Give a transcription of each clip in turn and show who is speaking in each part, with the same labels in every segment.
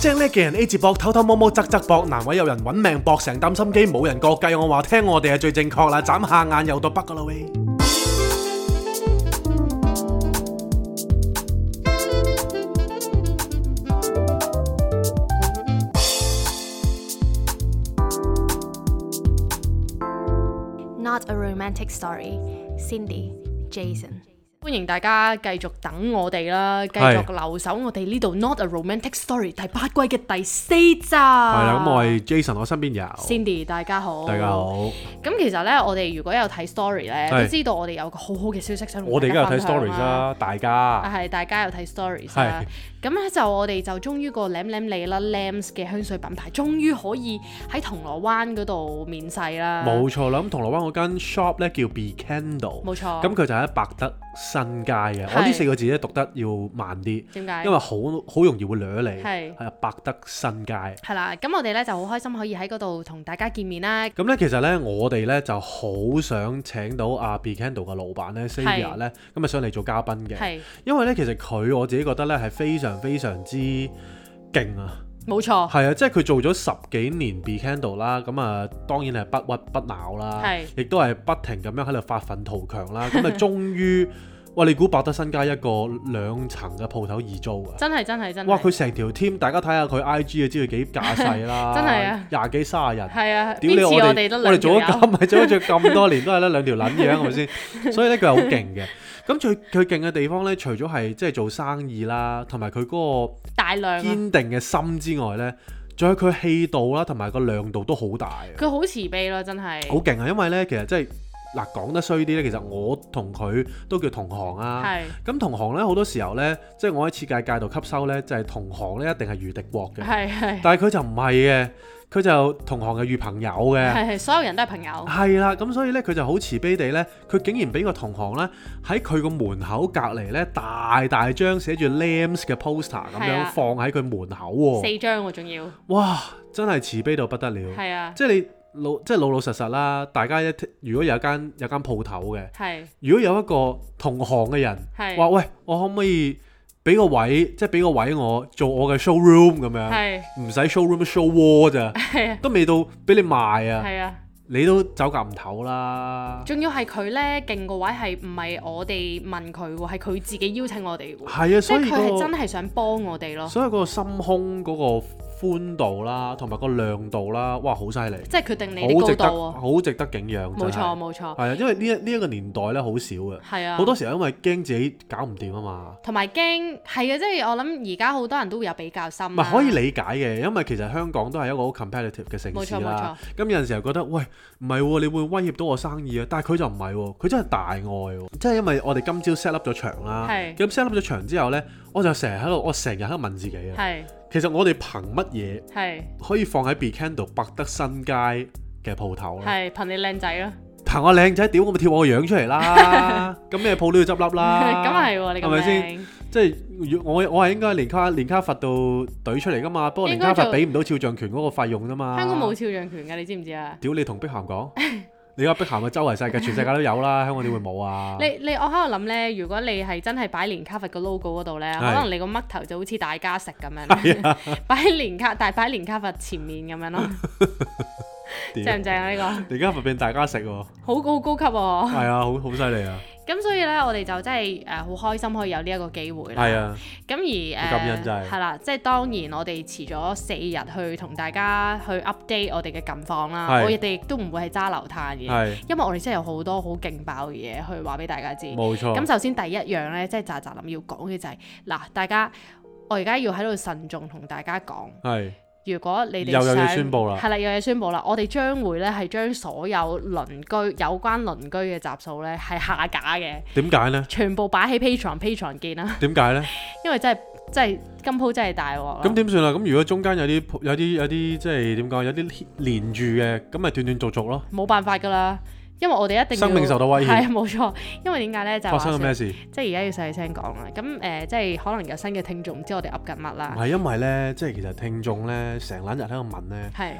Speaker 1: 精叻嘅人 A 字膊，偷偷摸摸側側膊，難為有人揾命搏，成擔心機冇人過計。我話聽我哋係最正確啦，眨下眼又到北噶啦喂。
Speaker 2: Not a romantic story. Cindy, Jason.
Speaker 3: 歡迎大家繼續等我哋啦，繼續留守我哋呢度《Not a Romantic Story》第八季嘅第四集。係
Speaker 1: 係啦，咁我係 Jason，我身邊有
Speaker 3: Cindy，大家好。
Speaker 1: 大家。好。
Speaker 3: 咁其實呢，我哋如果有睇 story 呢，
Speaker 1: 係
Speaker 3: 都知道我哋有個好好嘅消息想同
Speaker 1: 我哋而
Speaker 3: 大
Speaker 1: 家有
Speaker 3: 家
Speaker 1: 睇
Speaker 3: 分享
Speaker 1: stories 啦，大家
Speaker 3: 啊，係大家有睇 stories 啦。咁咧就我哋就終於個舐舐你啦 Lams 嘅香水品牌，終於可以喺銅鑼灣嗰度面世啦。
Speaker 1: 冇錯啦。咁銅鑼灣嗰間 shop 咧叫 Be Candle，
Speaker 3: 冇錯
Speaker 1: 咁佢就喺百德新街嘅。
Speaker 3: 係
Speaker 1: 我呢四個字咧讀得要慢啲，
Speaker 3: 點解？
Speaker 1: 因為好好容易會掠你。
Speaker 3: 係
Speaker 1: 係啊，百德新街。
Speaker 3: 係啦，咁我哋呢就好開心可以喺嗰度同大家見面啦。
Speaker 1: 咁咧，其實咧，我哋咧就好想請到阿 b e c a n d l e 嘅老闆咧 s a y a 咧，咁啊上嚟做嘉賓嘅。
Speaker 3: 係
Speaker 1: 因為咧，其實佢我自己覺得咧係非常非常之勁啊！
Speaker 3: 冇錯。
Speaker 1: 係啊，即係佢做咗十幾年 b e c a n d l e 啦，咁啊當然係不屈不撓啦
Speaker 3: 係，
Speaker 1: 亦都係不停咁樣喺度發奮圖強 啦。咁啊，終於哇！你估百德新街一個兩層嘅鋪頭易租啊！
Speaker 3: 真係真係真係。
Speaker 1: 哇！佢成條 team，大家睇下佢 IG 就知佢幾架勢啦，
Speaker 3: 真係啊
Speaker 1: 廿幾卅人。
Speaker 3: 係啊，
Speaker 1: 屌你！
Speaker 3: 邊
Speaker 1: 我
Speaker 3: 次我哋
Speaker 1: 哋
Speaker 3: 得
Speaker 1: 我哋
Speaker 3: 兩
Speaker 1: 做
Speaker 3: 條
Speaker 1: 咗咁
Speaker 3: 友，
Speaker 1: 咪做咗咁多年，都係咧兩條撚樣係咪 先？所以咧佢係好勁嘅。咁最佢勁嘅地方咧，除咗係即係做生意啦，同埋佢嗰
Speaker 3: 大量
Speaker 1: 個
Speaker 3: 啊
Speaker 1: 堅定嘅心之外咧，仲有佢氣度啦，同埋個亮度都好大啊，
Speaker 3: 佢好慈悲咯，真係。
Speaker 1: 好勁啊！因為咧，其實即係嗱講得衰啲咧，其實我同佢都叫同行啊。
Speaker 3: 係
Speaker 1: 咁同行咧好多時候咧，即係我喺設計界度吸收咧，就係同行咧一定係遇敵國嘅，
Speaker 3: 係係
Speaker 1: 但係佢就唔係嘅，佢就同行係遇朋友嘅。
Speaker 3: 係係，所有人都係朋友。
Speaker 1: 係啦，咁所以咧，佢就好慈悲地咧，佢竟然俾個同行咧喺佢個門口隔離咧，大大張寫住 Lams 嘅 poster 咁
Speaker 3: 係
Speaker 1: 樣
Speaker 3: 啊
Speaker 1: 放喺佢門口喎、
Speaker 3: 四張喎，仲要
Speaker 1: 哇！真係慈悲到不得了，
Speaker 3: 係啊，
Speaker 1: 即係你老即係老老實實啦。大家一聽如果有一間有間鋪頭嘅，
Speaker 3: 係
Speaker 1: 如果有一個同行嘅人
Speaker 3: 係
Speaker 1: 話：喂，我可唔可以俾個位，即係俾個位我做我嘅 showroom 咁樣，
Speaker 3: 係
Speaker 1: 唔使 showroom show wall 咋，
Speaker 3: 係啊
Speaker 1: 都未到俾你賣啊！
Speaker 3: 係啊，
Speaker 1: 你都走夾唔唞啦。
Speaker 3: 仲要係佢咧勁個位係唔係我哋問佢喎，係佢自己邀請我哋喎，
Speaker 1: 係啊，
Speaker 3: 即
Speaker 1: 所
Speaker 3: 係
Speaker 1: 以
Speaker 3: 佢係
Speaker 1: 嗰
Speaker 3: 真
Speaker 1: 個
Speaker 3: 係想幫我哋咯，
Speaker 1: 所以嗰個心胸嗰個寬度啦，同埋個亮度啦，哇，好犀利，
Speaker 3: 即係決定你
Speaker 1: 好值得，
Speaker 3: 啲高度
Speaker 1: 好值得景仰。
Speaker 3: 喎，冇錯
Speaker 1: 真係，
Speaker 3: 冇錯，
Speaker 1: 係啊，因為呢一呢一個年代咧，好少嘅，
Speaker 3: 係啊
Speaker 1: 好，多時候因為驚自己搞唔掂啊嘛，
Speaker 3: 同埋驚係啊，即係我諗而家好多人都會有比較心啊
Speaker 1: 唔
Speaker 3: 啦，
Speaker 1: 係可以理解嘅，因為其實香港都係一個好 competitive 嘅城
Speaker 3: 冇
Speaker 1: 市
Speaker 3: 錯
Speaker 1: 啦。咁有陣時候覺得，喂，唔係喎，你會威脅到我生意啊？但係佢就唔係喎，佢真係大愛喎，即係因為我哋今朝 set up 咗場啦，
Speaker 3: 係
Speaker 1: 咁 set up 咗場之後咧，我就成日喺度，我成日喺度問自己啊，
Speaker 3: 係
Speaker 1: 其實我哋憑乜嘢？
Speaker 3: 係
Speaker 1: 可以放喺 b e c a n d l e 百德新街嘅鋪頭啦。
Speaker 3: 係憑你靚仔咯。
Speaker 1: 憑我靚仔，屌我咪貼我個樣出嚟 啦！咁咩鋪都要執笠啦。
Speaker 3: 咁啊係喎，你咁
Speaker 1: 啊係咪先？
Speaker 3: 靚
Speaker 1: 即係我我係應該連卡連卡佛度懟出嚟噶嘛，不過連卡佛俾唔到肖像權嗰個費用啫嘛。
Speaker 3: 香港冇肖像權㗎，你知唔知啊？
Speaker 1: 屌你同碧咸講， 你話碧咸啊周圍世界全世界都有啦，香港點會冇啊？
Speaker 3: 你你我喺度諗咧，如果你係真係擺連卡佛個 logo 嗰度咧，可能你個嘜頭就好似大家食咁
Speaker 1: 啊
Speaker 3: 樣，擺連卡，但係擺連卡佛前面咁樣咯，
Speaker 1: 屌
Speaker 3: 正唔正啊？呢
Speaker 1: 連卡佛俾大家食喎，
Speaker 3: 個好好高級喎。
Speaker 1: 係啊，好好犀利啊，
Speaker 3: 咁所以咧，我哋就真係誒好開心可以有呢一個機會啦。
Speaker 1: 係。啊，
Speaker 3: 咁
Speaker 1: 好感
Speaker 3: 而
Speaker 1: 恩
Speaker 3: 誒
Speaker 1: 真係
Speaker 3: 係啦，即係當然我哋遲咗四日去同大家去 update 我哋嘅近況啦。
Speaker 1: 係
Speaker 3: 我哋亦都唔會係揸流攤嘅，
Speaker 1: 係
Speaker 3: 因為我哋真係有好多好勁爆嘅嘢去話俾大家知。
Speaker 1: 冇
Speaker 3: 咁
Speaker 1: 錯，
Speaker 3: 首先第一樣咧，即係咋咋諗要講嘅就係、嗱，大家我而家要喺度慎重同大家講，
Speaker 1: 係
Speaker 3: 如果你哋
Speaker 1: 又有嘢
Speaker 3: 想
Speaker 1: 宣佈啦
Speaker 3: 係啦，有嘢宣佈啦，我哋將會咧係將所有鄰居有關鄰居嘅集數咧係下架嘅，
Speaker 1: 點解呢？
Speaker 3: 全部擺喺 Patreon Patreon 見啦，
Speaker 1: 點解呢？
Speaker 3: 因為真係真係今鋪真係大鑊啦
Speaker 1: 咁。點算啊？咁如果中間有啲有啲有啲即係點講，有啲連住嘅，咁咪斷斷續續咯。
Speaker 3: 冇辦法㗎啦，因為我哋一定要
Speaker 1: 生命受到威脅
Speaker 3: 係啊冇錯，因為點解咧就係
Speaker 1: 發生
Speaker 3: 話
Speaker 1: 咗咩事？
Speaker 3: 即係而家要細聲講啦。咁誒、呃即係可能有新嘅聽眾唔知我哋噏緊乜
Speaker 1: 唔
Speaker 3: 啦，
Speaker 1: 係因為咧，即係其實聽眾咧成撚日喺度問咧，
Speaker 3: 係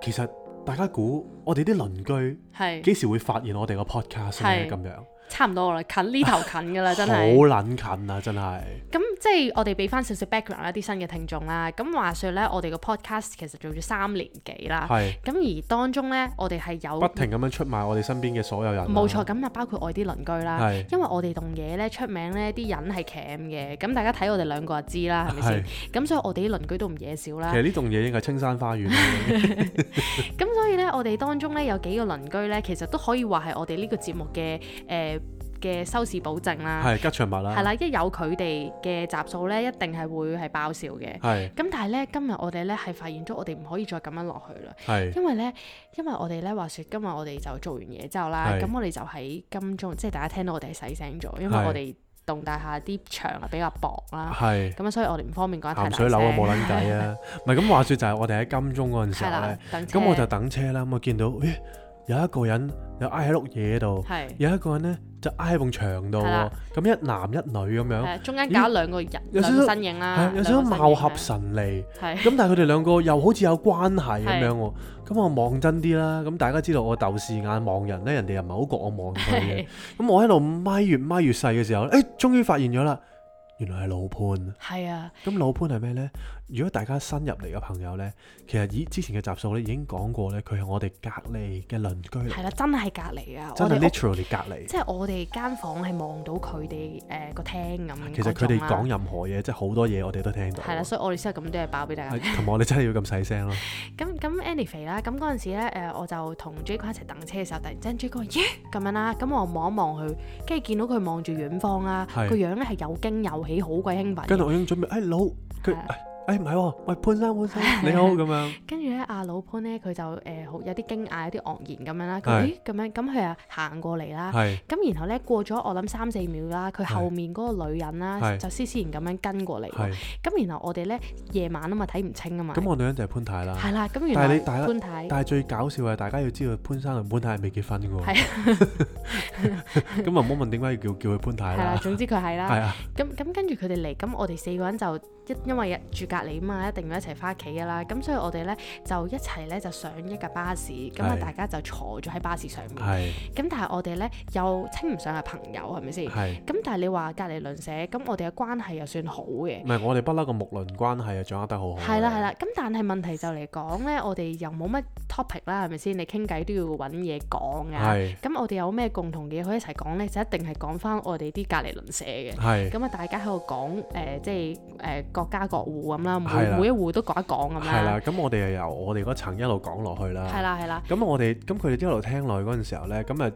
Speaker 1: 其實大家估我哋啲鄰居
Speaker 3: 係。
Speaker 1: 幾時會發現我哋個 podcast 咧？
Speaker 3: 嗯係
Speaker 1: 咁樣
Speaker 3: 差唔多啦，近呢頭近噶啦，真
Speaker 1: 好
Speaker 3: 係。
Speaker 1: 撚近啊！真係
Speaker 3: 咁即係我哋俾翻少少 background 一啲新嘅聽眾啦。咁話說咧，我哋個 podcast 其實做咗三年幾啦。
Speaker 1: 係
Speaker 3: 咁而當中咧，我哋係有
Speaker 1: 不停咁樣出賣我哋身邊嘅所有人啦。
Speaker 3: 冇錯，咁啊包括我啲鄰居啦
Speaker 1: 係，
Speaker 3: 因為我哋棟嘢咧出名咧啲人係鉗嘅，咁大家睇我哋兩個就知啦，係咪先
Speaker 1: 係？
Speaker 3: 咁所以我哋啲鄰居都唔嘢少啦
Speaker 1: 其。實呢棟嘢應該係青山花園啊 嚟嘅
Speaker 3: 咁所以咧，我哋當中咧有幾個鄰居咧，其實都可以話係我哋呢個節目嘅誒嘅收視保證啦。
Speaker 1: 係吉啊祥物啦。
Speaker 3: 係啦，一有佢哋嘅集數咧，一定係會係爆笑嘅。
Speaker 1: 係
Speaker 3: 咁但係咧，今日我哋咧係發現咗，我哋唔可以再咁樣落去啦。
Speaker 1: 係
Speaker 3: 因為咧，因為我哋咧話説，今日我哋就做完嘢之後啦，
Speaker 1: 係
Speaker 3: 咁我哋就喺金鐘，即係大家聽到我哋係洗醒咗，因為
Speaker 1: 係
Speaker 3: 我哋棟大廈啲牆啊比較薄啦，
Speaker 1: 係
Speaker 3: 咁啊所以我哋唔方便講得太
Speaker 1: 鹹
Speaker 3: 大
Speaker 1: 水樓啊，冇
Speaker 3: 聲，
Speaker 1: 撚計啊！唔係咁話説就係我哋喺金鐘嗰陣時
Speaker 3: 係
Speaker 1: 候
Speaker 3: 啦
Speaker 1: 咧，，
Speaker 3: 等車
Speaker 1: 咁我就等車啦，咁我見到咦有一個人又挨喺碌嘢度，
Speaker 3: 係
Speaker 1: 有一個人咧就挨喺埲牆度
Speaker 3: 係
Speaker 1: 喎
Speaker 3: 啦，
Speaker 1: 咁一男一女咁樣，
Speaker 3: 係中間搞兩個人
Speaker 1: 有少
Speaker 3: 兩
Speaker 1: 少
Speaker 3: 個身影啦
Speaker 1: 係，啊有少少
Speaker 3: 兩個身
Speaker 1: 貌
Speaker 3: 影
Speaker 1: 合
Speaker 3: 嘅，
Speaker 1: 神離。
Speaker 3: 係
Speaker 1: 咁 但係佢哋兩個又好似有關係咁樣
Speaker 3: 係
Speaker 1: 喎，咁我望真啲啦，咁大家知道我豆視眼望人咧，人哋又唔係好覺我望佢嘅
Speaker 3: 係，
Speaker 1: 咁我喺度咪越咪越細嘅時候咧，誒、終於發現咗啦，原來係老潘。
Speaker 3: 係啊，
Speaker 1: 咁老潘係咩呢？如果大家新入嚟嘅朋友呢，其實以之前嘅集數咧已經講過呢，佢係我哋隔離嘅鄰居嚟，
Speaker 3: 係啦，真係隔離啊，
Speaker 1: 真係
Speaker 3: 我哋屋
Speaker 1: literally 隔離。
Speaker 3: 即係我哋間房係望到佢哋誒個廳咁，
Speaker 1: 其實佢哋講。任何嘢，即係好多嘢我哋都聽到。
Speaker 3: 係啦，所以我哋啊先有咁多嘢爆俾大家
Speaker 1: 係同埋我哋真係要咁細聲咯。
Speaker 3: 咁咁 anyway 啦，咁嗰陣時咧，誒、我就同 J 哥一齊等車嘅時候，突然之間 J 哥話耶咁樣啦，咁我望一望佢，跟住見到佢望住遠方啦，
Speaker 1: 係
Speaker 3: 個樣咧係又驚又喜，好鬼興奮
Speaker 1: 跟住
Speaker 3: 嘅。
Speaker 1: 我已經準備，誒、哎老佢哎
Speaker 3: 係，啊
Speaker 1: 誒唔係喎，喂潘生潘生你好咁樣。
Speaker 3: 跟住咧，阿老潘咧佢就誒好、有啲驚訝，有啲愕然咁樣啦。佢
Speaker 1: 係
Speaker 3: 咦咁樣，咁佢啊行過嚟啦。
Speaker 1: 係
Speaker 3: 咁然後咧過咗我諗三四秒啦，佢
Speaker 1: 係
Speaker 3: 後面嗰個女人啦
Speaker 1: 係
Speaker 3: 就斯斯然咁樣跟過嚟喎。
Speaker 1: 係，
Speaker 3: 咁然後我哋咧夜晚啊嘛睇唔清啊嘛。
Speaker 1: 咁我女人就係潘太啦。
Speaker 3: 係啦，咁原
Speaker 1: 但係
Speaker 3: 來
Speaker 1: 你大家
Speaker 3: 潘太
Speaker 1: 但係最搞笑係大家要知道潘生同潘太係未結婚嘅喎。咁啊
Speaker 3: 係
Speaker 1: 唔好問點解要叫叫佢潘太
Speaker 3: 係啦，
Speaker 1: 啦。
Speaker 3: 總之佢係啦。
Speaker 1: 係啊，
Speaker 3: 咁咁跟住佢哋嚟，咁我哋四個人就一因為住隔離啊嘛，一定要一齊翻屋企噶啦，咁所以我哋咧就一齊咧就上一架巴士，咁啊
Speaker 1: 係
Speaker 3: 大家就坐咗喺巴士上面，咁
Speaker 1: 係
Speaker 3: 但係我哋咧又稱唔上係朋友係咪先？
Speaker 1: 係。
Speaker 3: 咁但係你話隔離鄰舍，咁我哋嘅關係又算好嘅
Speaker 1: 唔。係，我哋不嬲個木輪關係啊，掌握得好好。
Speaker 3: 係啦係啦，咁但係問題就嚟講咧，我哋又冇乜 topic 啦，係咪先？你傾偈都要揾嘢講啊。
Speaker 1: 係
Speaker 3: 咁我哋有咩共同嘅嘢可以一齊講咧？就一定係講翻我哋啲隔離鄰舍嘅。
Speaker 1: 係
Speaker 3: 咁啊，大家喺度講誒，即係誒各家各戶咁啦，每
Speaker 1: 係啦
Speaker 3: 每一戶都講一講咁
Speaker 1: 係啦
Speaker 3: 啦，，
Speaker 1: 咁我哋又由我哋嗰層一路講落去
Speaker 3: 啊
Speaker 1: 啦。
Speaker 3: 係啦係啦，
Speaker 1: 咁我哋咁佢哋一路聽落去嗰陣時候咧，咁啊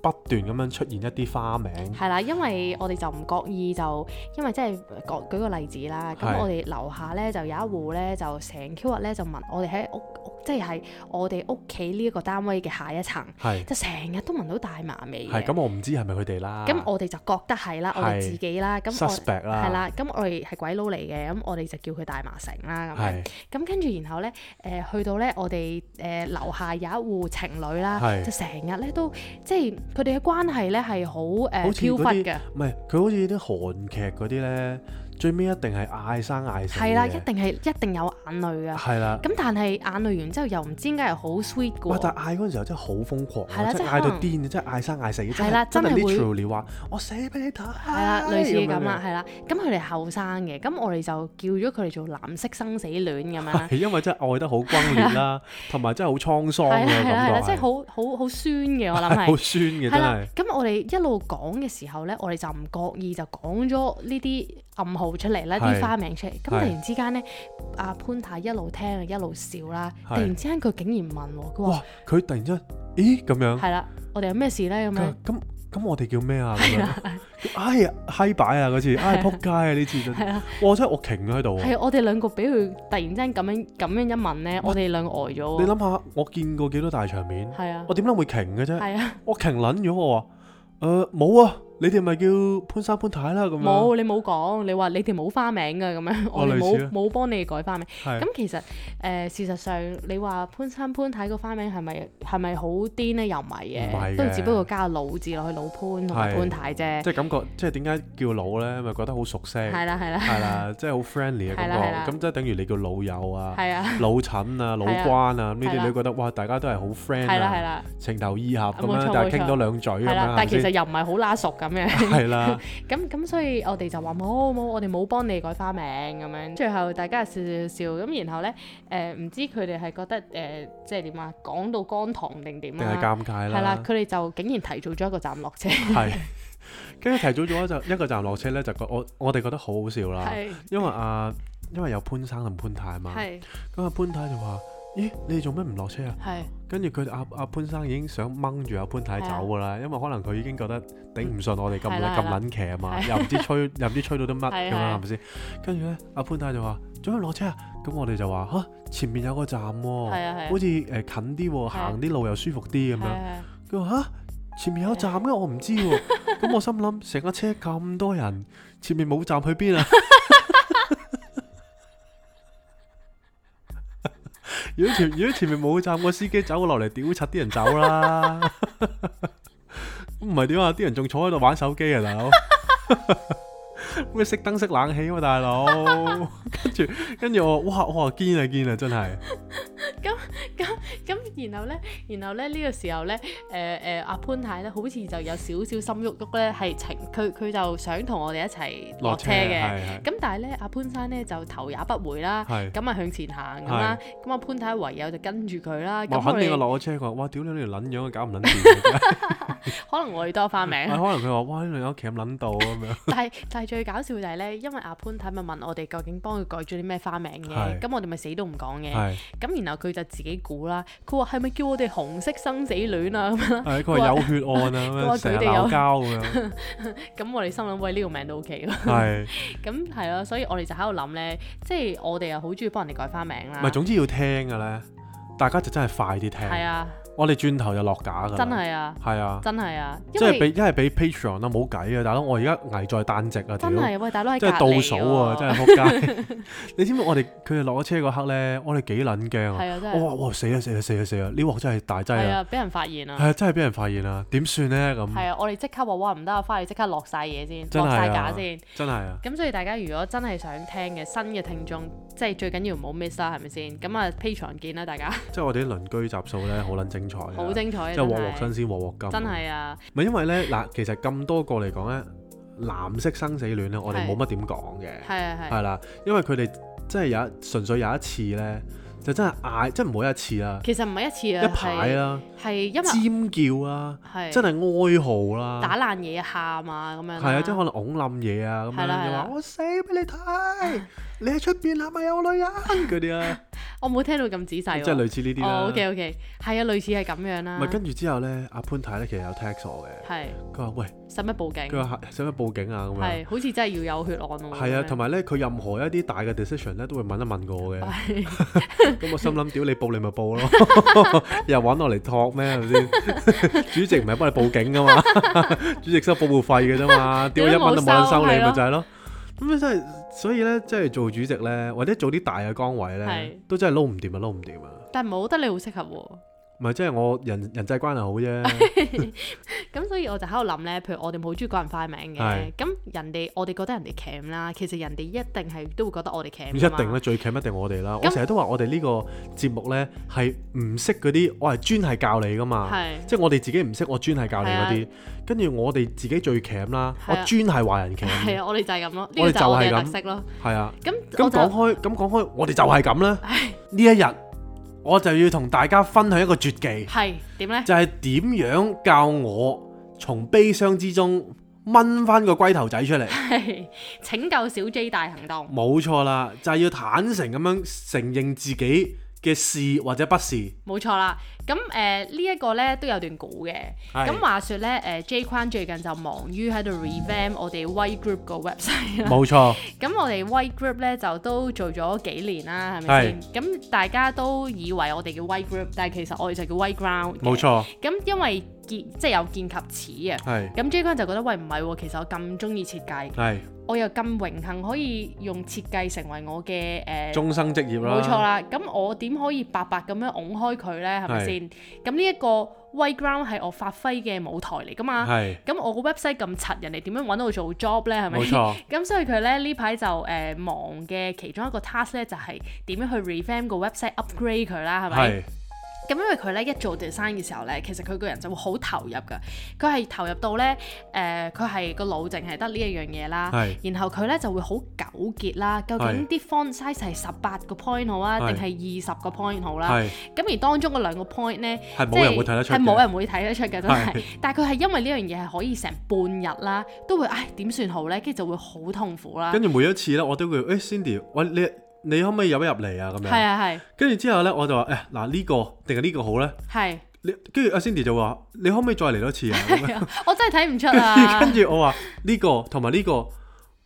Speaker 1: 不斷咁樣出現一啲花名，
Speaker 3: 係啦，因為我哋就唔覺意就，因為即係呃舉舉個例子啦，
Speaker 1: 係
Speaker 3: 咁我哋樓下咧就有一戶咧就成 Q 日咧就問我哋喺屋屋，即係係我哋屋企呢一個單位嘅下一層，
Speaker 1: 係
Speaker 3: 就成日都聞到大麻味
Speaker 1: 係
Speaker 3: 嘅。
Speaker 1: 咁我唔知係咪佢哋啦。
Speaker 3: 咁我哋就覺得係啦，我
Speaker 1: 係
Speaker 3: 哋自己啦，咁我
Speaker 1: suspect 啦
Speaker 3: 係啦，咁我哋係鬼佬嚟嘅，咁我哋就叫佢大麻城啦咁樣。
Speaker 1: 係
Speaker 3: 咁跟住然後咧，誒、去到咧，我哋誒、樓下有一戶情侶啦
Speaker 1: 係，
Speaker 3: 就成日咧都即係佢哋嘅關係咧係好誒
Speaker 1: 好似
Speaker 3: 飄忽
Speaker 1: 嗰啲
Speaker 3: 嘅，
Speaker 1: 唔係佢好似啲韓劇嗰啲咧，最尾一定係嗌生嗌死嘅。
Speaker 3: 係啦，一定係一定有眼淚嘅。
Speaker 1: 係啦。
Speaker 3: 咁但係眼淚完之後又唔知點解係好 sweet
Speaker 1: 哇！
Speaker 3: 嘅
Speaker 1: 但
Speaker 3: 喎，
Speaker 1: 係嗌嗰陣時候真係好瘋狂
Speaker 3: 係
Speaker 1: 啊，
Speaker 3: 啦
Speaker 1: 即係
Speaker 3: 即係
Speaker 1: 嗌到
Speaker 3: 可能
Speaker 1: 癲，真係嗌生嗌死，真
Speaker 3: 係啦
Speaker 1: 係真係
Speaker 3: 真係會
Speaker 1: literally 話我死俾你睇，係
Speaker 3: 係啦，類似咁啦，係啦。咁佢哋後生嘅，咁我哋就叫咗佢哋做藍色生死戀咁樣啦。
Speaker 1: 係因為真係愛得好轟烈啦，同埋真係好啊滄桑
Speaker 3: 係
Speaker 1: 嘅
Speaker 3: 啦啊係啊啦係啦，
Speaker 1: 感
Speaker 3: 即
Speaker 1: 覺
Speaker 3: 係好好好酸嘅，我諗
Speaker 1: 係 好酸
Speaker 3: 係。
Speaker 1: 嘅
Speaker 3: 係
Speaker 1: 真
Speaker 3: 啦
Speaker 1: 係，
Speaker 3: 咁我哋一路講嘅時候咧，我哋就唔覺意就講咗呢啲暗號出嚟啦，
Speaker 1: 係
Speaker 3: 啲花名出嚟。咁
Speaker 1: 係
Speaker 3: 突然之間咧，阿潘太一路聽啊一路笑啦。
Speaker 1: 係
Speaker 3: 突然之間佢竟然問喎，佢話
Speaker 1: 哇！佢突然之間，咦咁樣，
Speaker 3: 係啦，我哋有咩事咧咁
Speaker 1: 佢
Speaker 3: 樣
Speaker 1: 話。咁啊咁我哋叫咩啊？咁樣，哎呀嗨擺啊嗰次，哎撲街啊呢次真
Speaker 3: 係
Speaker 1: 係，
Speaker 3: 啦，
Speaker 1: 哇真係我勁咗啊喺度喎。
Speaker 3: 係啊我哋兩個俾佢突然之間咁樣咁樣一問咧，我哋兩個呆咗
Speaker 1: 你
Speaker 3: 喎。
Speaker 1: 諗下，我見過幾多大場面，
Speaker 3: 係啊
Speaker 1: 我，點解會勁嘅啫？
Speaker 3: 係啊，
Speaker 1: 我勁撚咗我話，誒冇啊！你哋咪叫潘生潘太啦咁樣。
Speaker 3: 冇你冇講，你話你哋冇花名㗎咁樣，我哋
Speaker 1: 哦類似啦啊
Speaker 3: 冇冇幫你改花名。
Speaker 1: 係
Speaker 3: 咁其實誒、呃事實上，你話潘生潘太個花名係咪係咪好癲咧？又唔
Speaker 1: 唔係
Speaker 3: 係
Speaker 1: 嘅
Speaker 3: 嘅，都只不過加個老字落去，老潘同埋
Speaker 1: 係
Speaker 3: 潘太啫。
Speaker 1: 即係感覺，即係點解叫老咧？咪覺得好熟悉。
Speaker 3: 係啦係啦
Speaker 1: 係啦，即係好 friendly 嘅
Speaker 3: 係啦係
Speaker 1: 感
Speaker 3: 啦
Speaker 1: 覺，咁即係等於你叫老友啊、
Speaker 3: 係啊
Speaker 1: 老陳啊、老關啊，呢
Speaker 3: 係
Speaker 1: 啲
Speaker 3: 啦
Speaker 1: 你覺得哇，大家都係好
Speaker 3: 係
Speaker 1: friend
Speaker 3: 啦係
Speaker 1: 啊，
Speaker 3: 啦
Speaker 1: 情投意合咁
Speaker 3: 冇
Speaker 1: 樣，
Speaker 3: 錯
Speaker 1: 但係
Speaker 3: 冇錯
Speaker 1: 傾多兩嘴咁
Speaker 3: 係
Speaker 1: 樣
Speaker 3: 啦，，但係
Speaker 1: 係
Speaker 3: 其
Speaker 1: 咪
Speaker 3: 實
Speaker 1: 先
Speaker 3: 又唔係好拉熟咁樣。
Speaker 1: 係 啦，
Speaker 3: 咁咁所以我哋就話冇冇，我哋冇幫你改花名咁樣。最後大家笑笑笑咁，然後咧誒唔知佢哋係覺得誒、呃即係點啊，講到乾堂定
Speaker 1: 定
Speaker 3: 點
Speaker 1: 係
Speaker 3: 啦，
Speaker 1: 尷尬
Speaker 3: 係啦
Speaker 1: 啦，，
Speaker 3: 佢哋就竟然提早咗一個站落車，
Speaker 1: 係。跟住提早咗就一個站落車咧，就覺我我哋覺得好好笑啦，
Speaker 3: 係
Speaker 1: 因為啊，因為有潘生同潘太嘛，
Speaker 3: 係
Speaker 1: 咁啊潘太就話：咦，你哋做咩唔落車啊？
Speaker 3: 係
Speaker 1: 跟住佢阿阿潘生已經想掹住阿潘太走㗎啦，因為可能佢已經覺得頂唔順我哋咁
Speaker 3: 啊係啦
Speaker 1: 咁撚騎啊嘛，又唔知 吹又唔知吹到啲乜
Speaker 3: 係
Speaker 1: 咁
Speaker 3: 係
Speaker 1: 啊，係咪先？跟住咧，阿潘太就話：做咩落車啊？咁我哋就話吓，前面有個站喎，
Speaker 3: 係啊係啊啊
Speaker 1: 好似誒近啲喎，行啲路又舒服啲咁樣。
Speaker 3: 係係
Speaker 1: 佢話吓，前面有站嘅，我唔知 喎。咁我心諗成架車咁多人，前面冇站去邊啊？ 如果前如果前面冇站，個司機走落嚟屌柒啲人走啦。 咁唔係點啊？啲人仲坐喺度玩手機啊，大佬。 咩熄燈熄冷氣啊嘛， 大佬。跟住跟住我哇哇堅啊堅啊，真係
Speaker 3: 咁然後咧，然後咧呢、呢個時候咧，誒誒阿潘太咧，好似就有少少心喐喐咧，係情佢佢就想同我哋一齊落車嘅。
Speaker 1: 係係
Speaker 3: 咁但係咧，阿潘生咧就頭也不回啦，
Speaker 1: 係
Speaker 3: 咁啊向前行咁啦。咁阿潘太唯有就跟住佢啦。咁
Speaker 1: 我
Speaker 3: 我
Speaker 1: 哦肯定我
Speaker 3: 哋
Speaker 1: 落咗車，佢話：哇，屌你呢條撚樣，搞唔撚掂。
Speaker 3: 可能我哋多花名
Speaker 1: 啊，可。能佢話：哇，呢兩屋企咁撚到咁 樣。
Speaker 3: 但係但係最搞笑就係咧，因為阿潘太咪問我哋究竟幫佢改咗啲咩花名嘅，
Speaker 1: 係
Speaker 3: 咁我哋咪死都唔講嘅。
Speaker 1: 係，
Speaker 3: 咁然後佢就自己估啦，佢話係咪叫我哋紅色生死戀啊咁樣啦？
Speaker 1: 係佢話有血案啊，咁
Speaker 3: 佢 話
Speaker 1: 樣成日
Speaker 3: 佢哋有
Speaker 1: 鬧交咁 樣。
Speaker 3: 咁我哋心諗喂呢個名都 OK 喎。
Speaker 1: 係，
Speaker 3: 咁係咯，所以我哋就喺度諗咧，即係我哋又好中意幫人哋改花名啦。
Speaker 1: 唔係總之要聽嘅咧，大家就真係快啲
Speaker 3: 係
Speaker 1: 聽。
Speaker 3: 啊，
Speaker 1: 我哋轉頭就落架㗎啦。
Speaker 3: 真。係啊，
Speaker 1: 係啊，
Speaker 3: 真係啊，
Speaker 1: 即
Speaker 3: 因為
Speaker 1: 係俾一係俾 Patreon 啦，冇計啊，大佬，我而家危在旦夕啊，屌
Speaker 3: 真！係喂大佬喺
Speaker 1: 即係
Speaker 3: 隔
Speaker 1: 倒
Speaker 3: 離
Speaker 1: 數啊，
Speaker 3: 喎
Speaker 1: 真係仆 街！ 你知唔知我哋佢哋落咗車嗰刻咧，我哋幾撚驚啊！
Speaker 3: 係啊，真
Speaker 1: 我
Speaker 3: 係
Speaker 1: 話哇死啊死啊死啊死啊！呢鑊真係大劑
Speaker 3: 係
Speaker 1: 啊！
Speaker 3: 啊，俾人發現
Speaker 1: 係
Speaker 3: 啊，
Speaker 1: 啊，真係俾人發現啦，點算咧咁？
Speaker 3: 係啊，我哋即刻話哇唔得啊，翻嚟即刻落晒嘢先，
Speaker 1: 真
Speaker 3: 落晒
Speaker 1: 係啊
Speaker 3: 架先。
Speaker 1: 真係啊！
Speaker 3: 咁所以大家如果真係想聽嘅新嘅聽眾，即係最緊要唔好 miss 啦，係咪先？咁啊 Patreon 見啦，大家
Speaker 1: 即係我哋啲鄰居集數咧，好撚精彩嘅，
Speaker 3: 好精彩啊，
Speaker 1: 即係
Speaker 3: 真
Speaker 1: 鑊鑊
Speaker 3: 係
Speaker 1: 新鮮，鑊鑊金。
Speaker 3: 真，係啊，
Speaker 1: 唔係因為咧嗱，其實咁多個嚟講咧，藍色生死戀咧，我哋
Speaker 3: 係
Speaker 1: 冇乜點講嘅，
Speaker 3: 係啊係。
Speaker 1: 係啦，因為佢哋真係有一純粹有一次咧，就真係嗌，即係唔好一次啦，
Speaker 3: 其實唔係一次啊，
Speaker 1: 一排
Speaker 3: 係
Speaker 1: 啦，
Speaker 3: 係因為
Speaker 1: 尖叫啦，
Speaker 3: 係
Speaker 1: 真係哀號啦，
Speaker 3: 打爛嘢喊啊咁樣啦。
Speaker 1: 係啊，即係可能拱冧嘢啊咁樣，
Speaker 3: 係啦係
Speaker 1: 又
Speaker 3: 啦
Speaker 1: 話我死俾你 睇，你喺出邊係啊咪有女人嗰啲啊，
Speaker 3: 我冇聽到咁仔細喎。
Speaker 1: 即係類似呢啲
Speaker 3: 哦
Speaker 1: 啦。
Speaker 3: ，OK OK，係啊，類似係咁樣啦。
Speaker 1: 咪跟住之後咧，阿潘太咧其實有 text 我嘅，
Speaker 3: 係
Speaker 1: 佢話喂。
Speaker 3: 使乜報警？
Speaker 1: 佢話係使唔使報警啊？咁樣
Speaker 3: 係好似真係要有血案喎。
Speaker 1: 係啊，同埋
Speaker 3: 埋
Speaker 1: 咧，佢任何一啲大嘅 decision 咧，都會問一問我 嘅。咁我心諗，屌你報你咪報咯， 又揾我嚟托咩？係咪先？ 主席唔係幫你報警噶嘛， 主席收保護費嘅啫嘛，屌一蚊都冇人收你
Speaker 3: 係咯
Speaker 1: 咪就係咯。咁真係，所以咧，即係做主席咧，或者做啲大嘅崗位咧
Speaker 3: 係，
Speaker 1: 都真係撈唔掂啊，撈唔掂啊！
Speaker 3: 但係冇得你好適合
Speaker 1: 唔係，即係我人人際 關係好啫，
Speaker 3: 喎。咁所以我就喺度諗咧，譬如我哋冇中意改人花名嘅
Speaker 1: 係，
Speaker 3: 咁人哋我哋覺得人哋 cam 啦，其實人哋一定係都會覺得我哋啊 cam
Speaker 1: 一定咧，最強一定我哋啦。我
Speaker 3: 咁
Speaker 1: 成日都話我哋呢個節目咧係唔識嗰啲，我係專係教你噶嘛。
Speaker 3: 係
Speaker 1: 即係我哋自己唔識，我專係教你嗰
Speaker 3: 係啊
Speaker 1: 啲，跟住我哋自己最 cam 啦，
Speaker 3: 係
Speaker 1: 我
Speaker 3: 啊
Speaker 1: 專係話人 cam，
Speaker 3: 係啊，我哋就係咁咯，呢
Speaker 1: 我
Speaker 3: 個
Speaker 1: 哋
Speaker 3: 就係我
Speaker 1: 就
Speaker 3: 哋
Speaker 1: 係
Speaker 3: 嘅
Speaker 1: 咁
Speaker 3: 特色咯。
Speaker 1: 係啊。
Speaker 3: 咁
Speaker 1: 咁
Speaker 3: 我就
Speaker 1: 講開，咁講開，我哋就係咁啦。呢一日我就要同大家分享一個絕技，
Speaker 3: 係點咧？
Speaker 1: 就係點樣教我從悲傷之中掹翻個龜頭仔 出嚟。
Speaker 3: 係拯救小 J 大行動。
Speaker 1: 冇錯啦，就係要坦誠咁樣承認自己嘅是或者不是。
Speaker 3: 冇錯啦，咁誒呢一個咧都有段古嘅，
Speaker 1: 係
Speaker 3: 咁話說咧誒、J 框最近就忙於喺度 revamp 我哋 White Group 個 website 啦，
Speaker 1: 冇錯，
Speaker 3: 咁我哋 White Group 咧就都做咗幾年啦，係咪先？咁大家都以為我哋叫 White Group，但係其實我哋就叫 White Ground。
Speaker 1: 冇，錯，
Speaker 3: 咁因為見即係有見及此啊，
Speaker 1: 係
Speaker 3: 咁 J 框就覺得喂唔係喎，其實我咁中意設計，
Speaker 1: 係
Speaker 3: 我又咁榮幸可以用設計成為我嘅誒。
Speaker 1: 終生職業啦。
Speaker 3: 冇錯，啦，咁我點可以白白咁樣拱開佢呢？係咪
Speaker 1: 係
Speaker 3: 先？咁呢一個 White Ground 係我發揮嘅舞台嚟噶嘛。
Speaker 1: 係
Speaker 3: 咁我個 website 咁柒，人哋點樣揾我做 job 呢？係咪？
Speaker 1: 冇錯。
Speaker 3: 咁所以佢咧呢排就誒、呃忙嘅其中一個 task 咧，就係、點樣去 revamp 個 website upgrade 佢啦，係咪？
Speaker 1: 係
Speaker 3: 咁咁因為佢咧一做 design 嘅時候咧，其實佢個人就會好投入㗎。佢係投入到咧，誒佢係個腦淨係得呢一樣嘢啦
Speaker 1: 係。
Speaker 3: 然後佢咧就會好糾結啦，究
Speaker 1: 係
Speaker 3: 竟啲 font size 係十八個 point 好啊，
Speaker 1: 係
Speaker 3: 定係二十個 point 好啦？
Speaker 1: 係
Speaker 3: 咁而當中嗰兩個 point 咧，
Speaker 1: 係
Speaker 3: 即
Speaker 1: 冇人會睇得出嘅
Speaker 3: 係冇人會睇得出嘅真
Speaker 1: 係
Speaker 3: 係。但係佢係因為呢樣嘢係可以成半日啦，都會唉點算好咧，跟住就會好痛苦啦。
Speaker 1: 跟住每一次咧，我都會誒、Cindy，喂你你可唔可以入一入嚟啊？咁
Speaker 3: 係
Speaker 1: 樣，
Speaker 3: 啊係
Speaker 1: 跟住之後咧，我就話誒嗱呢個定係呢個好咧？
Speaker 3: 係，
Speaker 1: 你跟住阿啊 Cindy 就話你可唔可以再嚟多次啊？咁樣
Speaker 3: 我真係睇唔出 啊！
Speaker 1: 跟住我話呢、個同埋呢個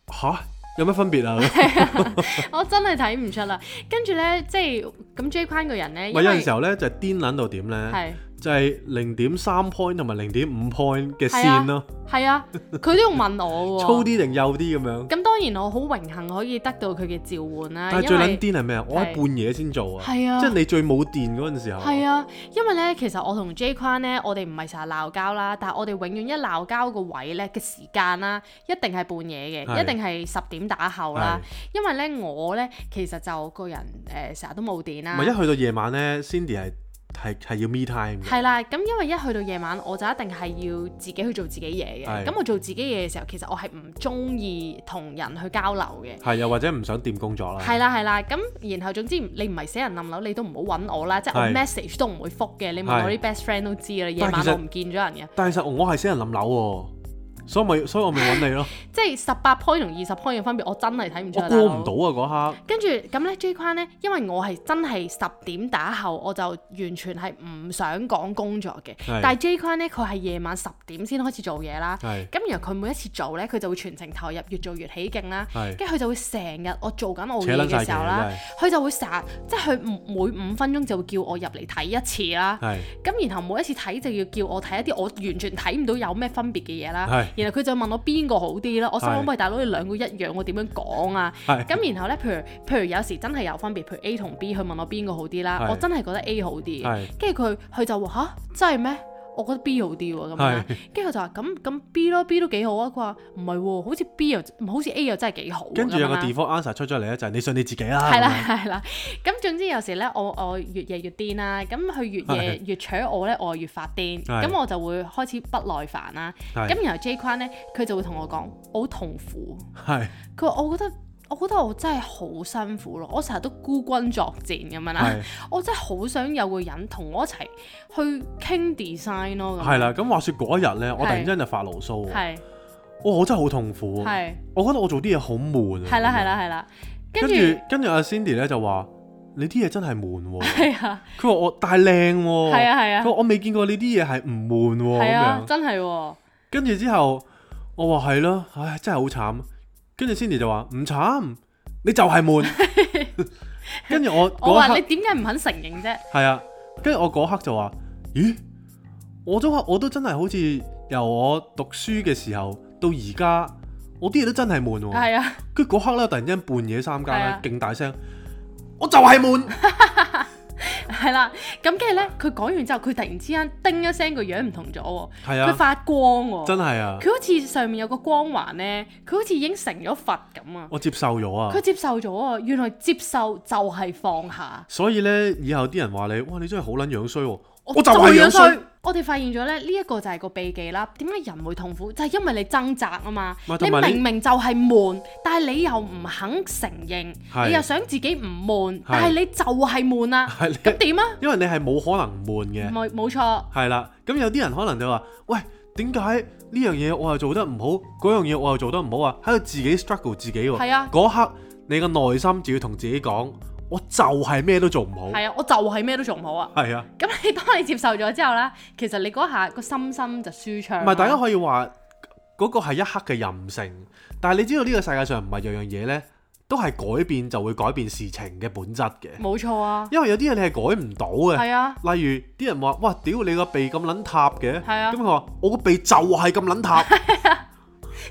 Speaker 1: 吓有乜分 別啊？咁
Speaker 3: 我真係睇唔出啦。跟住咧，即係咁 J 框個人咧，因
Speaker 1: 咪有陣
Speaker 3: 為
Speaker 1: 時候咧就係癲撚到點咧，
Speaker 3: 係
Speaker 1: 就係零點三 point 同埋零點五 point 嘅線咯，
Speaker 3: 係啊，佢都要問我
Speaker 1: 粗啲
Speaker 3: 喎。
Speaker 1: 定幼啲咁樣。
Speaker 3: 咁當然我好榮幸可以得到佢嘅召喚啦，
Speaker 1: 但係
Speaker 3: 因
Speaker 1: 最撚
Speaker 3: 為
Speaker 1: 癲係咩啊？我喺
Speaker 3: 係
Speaker 1: 半夜先做啊，
Speaker 3: 係啊
Speaker 1: 即係你最冇電嗰陣時候。
Speaker 3: 係啊，因為咧其實我同 J 框咧，我哋唔係成日鬧交啦，但係我哋永遠一鬧交個位咧嘅時間啦，一定係半夜嘅，
Speaker 1: 係
Speaker 3: 一定係十點打後啦。因為咧我咧其實就個人誒成日都冇電啦
Speaker 1: 唔係。一去到夜晚咧，Cindy 係係係要 me time 嘅。
Speaker 3: 係啦，咁因為一去到夜晚，我就一定係要自己去做自己嘢
Speaker 1: 係
Speaker 3: 嘅。咁我做自己嘢嘅時候，其實我係唔中意同人去交流嘅。
Speaker 1: 係啊又或者唔想掂工作啦。
Speaker 3: 係啦係啦，咁然後總之你唔係死人冧樓，你都唔好揾我啦，即係我
Speaker 1: 係
Speaker 3: message 都唔會覆嘅。你問我
Speaker 1: 係
Speaker 3: 啲 best friend 都知啦，夜
Speaker 1: 但係
Speaker 3: 晚
Speaker 1: 其實
Speaker 3: 我唔見咗人嘅，
Speaker 1: 但係其實我係死人冧樓喎，所以咪所以我咪揾你咯。
Speaker 3: 即係十八 point 同二十 point 嘅分別，我真係睇 唔出
Speaker 1: 我
Speaker 3: 啊。
Speaker 1: 過
Speaker 3: 大
Speaker 1: 唔
Speaker 3: 佬
Speaker 1: 到啊嗰刻。
Speaker 3: 跟住咁咧，J 框咧，因為我係真係十點打後，我就完全係唔想講工作嘅
Speaker 1: 係。
Speaker 3: 但係 J 框咧，佢係夜晚十點先開始做嘢啦。
Speaker 1: 係
Speaker 3: 咁然後佢每一次做咧，佢就會全程投入，越做越起勁啦。
Speaker 1: 係
Speaker 3: 跟住佢就會成日我做緊我
Speaker 1: 扯
Speaker 3: 嘢
Speaker 1: 撚晒
Speaker 3: 嘅時候
Speaker 1: 嘅
Speaker 3: 啦
Speaker 1: 真係，
Speaker 3: 佢就會成日即係佢每五分鐘就會叫我入嚟睇一次啦。
Speaker 1: 係
Speaker 3: 咁然後每一次睇就要叫我睇一啲我完全睇唔到有咩分別嘅嘢啦
Speaker 1: 係。
Speaker 3: 然後佢就問我邊個好啲啦。我心
Speaker 1: 係
Speaker 3: 諗喂大佬你兩個一樣，我點樣講啊？
Speaker 1: 係。
Speaker 3: 咁然後咧，譬如譬如有時真係有分別，譬如 A 同 B，佢問我邊個好啲啦
Speaker 1: 係，
Speaker 3: 我真係覺得 A 好
Speaker 1: 係
Speaker 3: 啲嘅，跟住佢佢就話吓，真係咩？我覺得 B 好啲喎咁樣啦
Speaker 1: 係，
Speaker 3: 跟住佢就話咁咁 B 咯，B 都幾好啊。佢話唔係喎，好似 B 又唔好似 A 又真係幾好喎。啊
Speaker 1: 跟住有個
Speaker 3: 咁樣啦
Speaker 1: default answer 出咗嚟咧，就係你信你自己啦。
Speaker 3: 係啦
Speaker 1: 咁樣，
Speaker 3: 係啦，咁總之有時咧，我我越夜越癲啦，咁佢越夜
Speaker 1: 係
Speaker 3: 越扯我咧，我越發
Speaker 1: 係
Speaker 3: 癲，咁我就會開始不耐煩啦。
Speaker 1: 係
Speaker 3: 咁然後 J 框咧，佢就會同我講，我好痛苦。
Speaker 1: 係
Speaker 3: 佢話：我覺得我覺得我真係好辛苦咯，我成日都孤軍作戰咁樣啦
Speaker 1: 係，
Speaker 3: 我真係好想有個人同我一齊去傾 design 咯。咁
Speaker 1: 係啦。咁話說嗰一日咧，我突然之
Speaker 3: 係
Speaker 1: 間就發牢騷喎，
Speaker 3: 係
Speaker 1: 哇我真係好痛苦喎。
Speaker 3: 係
Speaker 1: 我覺得我做啲嘢好悶啊。
Speaker 3: 係啦係啦係啦，
Speaker 1: 咁樣。
Speaker 3: 跟
Speaker 1: 哦
Speaker 3: 住
Speaker 1: 跟住跟住阿 Cindy 咧就話：你啲嘢真係悶喎。
Speaker 3: 係啊
Speaker 1: 佢話我但係靚喎。
Speaker 3: 係啊係啊
Speaker 1: 佢話我未見過你啲嘢係唔悶喎
Speaker 3: 係
Speaker 1: 咁
Speaker 3: 啊，
Speaker 1: 樣。
Speaker 3: 真係喎，
Speaker 1: 跟住之後，我話係咯，唉，真係好慘。跟住 Cindy 就話唔慘，你就係悶。 跟住我
Speaker 3: 我話
Speaker 1: 嗰
Speaker 3: 你
Speaker 1: 一刻
Speaker 3: 點解唔肯承認啫？
Speaker 1: 係啊，跟住我嗰刻就話，咦，我都我都真係好似由我讀書嘅時候到而家，我啲嘢都真係悶喎。
Speaker 3: 係啊，
Speaker 1: 跟住嗰刻咧，突然之間半夜三更
Speaker 3: 係
Speaker 1: 咧
Speaker 3: 啊，
Speaker 1: 勁大聲，我就係 悶。
Speaker 3: 係啦，咁跟住咧，佢講完之後，佢突然之間叮一聲個樣唔同咗喎，
Speaker 1: 係
Speaker 3: 佢
Speaker 1: 啊，
Speaker 3: 發光喎，
Speaker 1: 真係啊，
Speaker 3: 佢好似上面有個光環咧，佢好似已經成咗佛咁啊！
Speaker 1: 我接受咗啊
Speaker 3: 佢。接受咗啊！原來接受就係放下。
Speaker 1: 所以咧，以後啲人話你，哇，你真係好撚樣衰喎。我
Speaker 3: 我
Speaker 1: 就係樣
Speaker 3: 樣
Speaker 1: 衰。。
Speaker 3: 我哋發現咗咧，呢一個就係個秘技啦。點解人會痛苦？就係因為你掙扎啊嘛。
Speaker 1: 咪同
Speaker 3: 你
Speaker 1: 埋你
Speaker 3: 明明就係悶，但係你又唔肯承認，
Speaker 1: 係
Speaker 3: 你又想自己唔悶，但係你就係悶啦。
Speaker 1: 係你
Speaker 3: 咁點啊？
Speaker 1: 因為你係冇可能唔悶嘅，
Speaker 3: 冇冇錯，
Speaker 1: 係啦。咁有啲人可能就話：，喂，點解呢樣嘢我又做得唔好，嗰樣嘢我又做得唔好啊？喺度自己 struggle 自己喎。
Speaker 3: 係啊
Speaker 1: 嗰刻你個內心就要同自己講：，我就係咩都做唔好。
Speaker 3: 係啊，我就係咩都做唔好啊。
Speaker 1: 係啊，
Speaker 3: 咁你 當你接受咗之後啦，其實你嗰下個心心就舒暢啦。
Speaker 1: 唔係大家可以話嗰個係一刻嘅任性，但係你知道呢個世界上唔係樣樣嘢呢，都係改變就會改變事情嘅本質嘅，
Speaker 3: 冇錯 啊，
Speaker 1: 因為有啲嘢你係改唔到嘅。
Speaker 3: 係啊。
Speaker 1: 例如啲人話：，哇，屌你個鼻咁撚塌嘅，
Speaker 3: 係啊
Speaker 1: 咁佢話我個鼻就係咁撚 塌，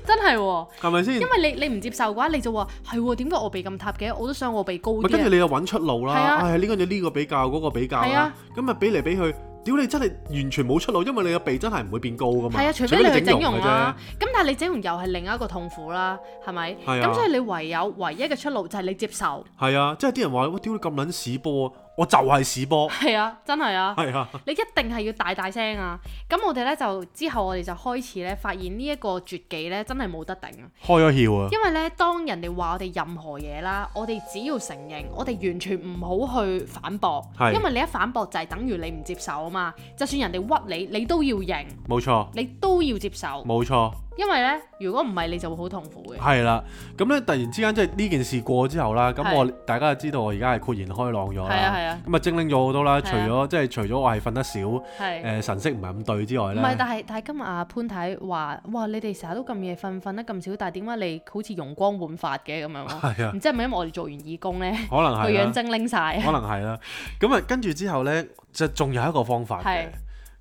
Speaker 3: 真係喎，
Speaker 1: 係咪先
Speaker 3: 因？為你你唔接受嘅話，你就話係喎，點解我鼻咁塌嘅？我都想我鼻高
Speaker 1: 咪
Speaker 3: 啲
Speaker 1: 跟住
Speaker 3: 啊。
Speaker 1: 你又揾出路啦，
Speaker 3: 係啊
Speaker 1: 唉呢個就呢個比較，嗰個比較
Speaker 3: 係
Speaker 1: 啦
Speaker 3: 啊，
Speaker 1: 咁咪比嚟比去，屌你真係完全冇出路，因為你個鼻真係唔會變高噶嘛，
Speaker 3: 係啊，除非你去整
Speaker 1: 容
Speaker 3: 容啊
Speaker 1: 嘅
Speaker 3: 啦
Speaker 1: 啫，，
Speaker 3: 咁但係你整容又係另一個痛苦啦，係咪？
Speaker 1: 係啊
Speaker 3: 咁所以你唯有唯一嘅出路就係你接受，
Speaker 1: 係啊，即係啲人話喂，屌你咁撚屎波，我就係屎 波，
Speaker 3: 係啊，真係啊。
Speaker 1: 係啊，
Speaker 3: 你一定係要大大聲啊！咁我哋呢，就之後我哋就開始呢，發現呢一個絕技呢，真係冇得頂啊！
Speaker 1: 開咗竅啊，
Speaker 3: 因為呢，當人哋話我哋任何嘢啦，我哋只要承認，我哋完全唔好去反駁，
Speaker 1: 係
Speaker 3: 因為你一反駁就係等於你唔接受啊嘛。就算人哋屈你，你都要認，
Speaker 1: 冇錯，
Speaker 3: 你都要接受，
Speaker 1: 冇錯。
Speaker 3: 因為呢，如果唔係你就會好痛苦嘅。
Speaker 1: 係啦，咁咧突然之間即係呢件事過之後啦，咁
Speaker 3: 係
Speaker 1: 我大家就知道我而家係豁然開朗咗
Speaker 3: 係啊係
Speaker 1: 啦
Speaker 3: 啊，
Speaker 1: 咁啊精靈咗好多啦，
Speaker 3: 係
Speaker 1: 除
Speaker 3: 啊
Speaker 1: 咗即係除咗我係瞓得少，誒、
Speaker 3: 係。
Speaker 1: 神色唔係咁對之外
Speaker 3: 唔係，但
Speaker 1: 咧，
Speaker 3: 係但係今日阿潘太話：哇，你哋成日都咁夜瞓，瞓得咁少，但係點解你好似容光煥發嘅咁樣啊？
Speaker 1: 係啊
Speaker 3: 唔，知係咪因為我哋做完義工咧，
Speaker 1: 可能
Speaker 3: 個
Speaker 1: 係啊
Speaker 3: 樣
Speaker 1: 啦，
Speaker 3: 精拎晒？
Speaker 1: 可能係啦，咁啊跟住之後咧，就仲有一個方法嘅
Speaker 3: 係。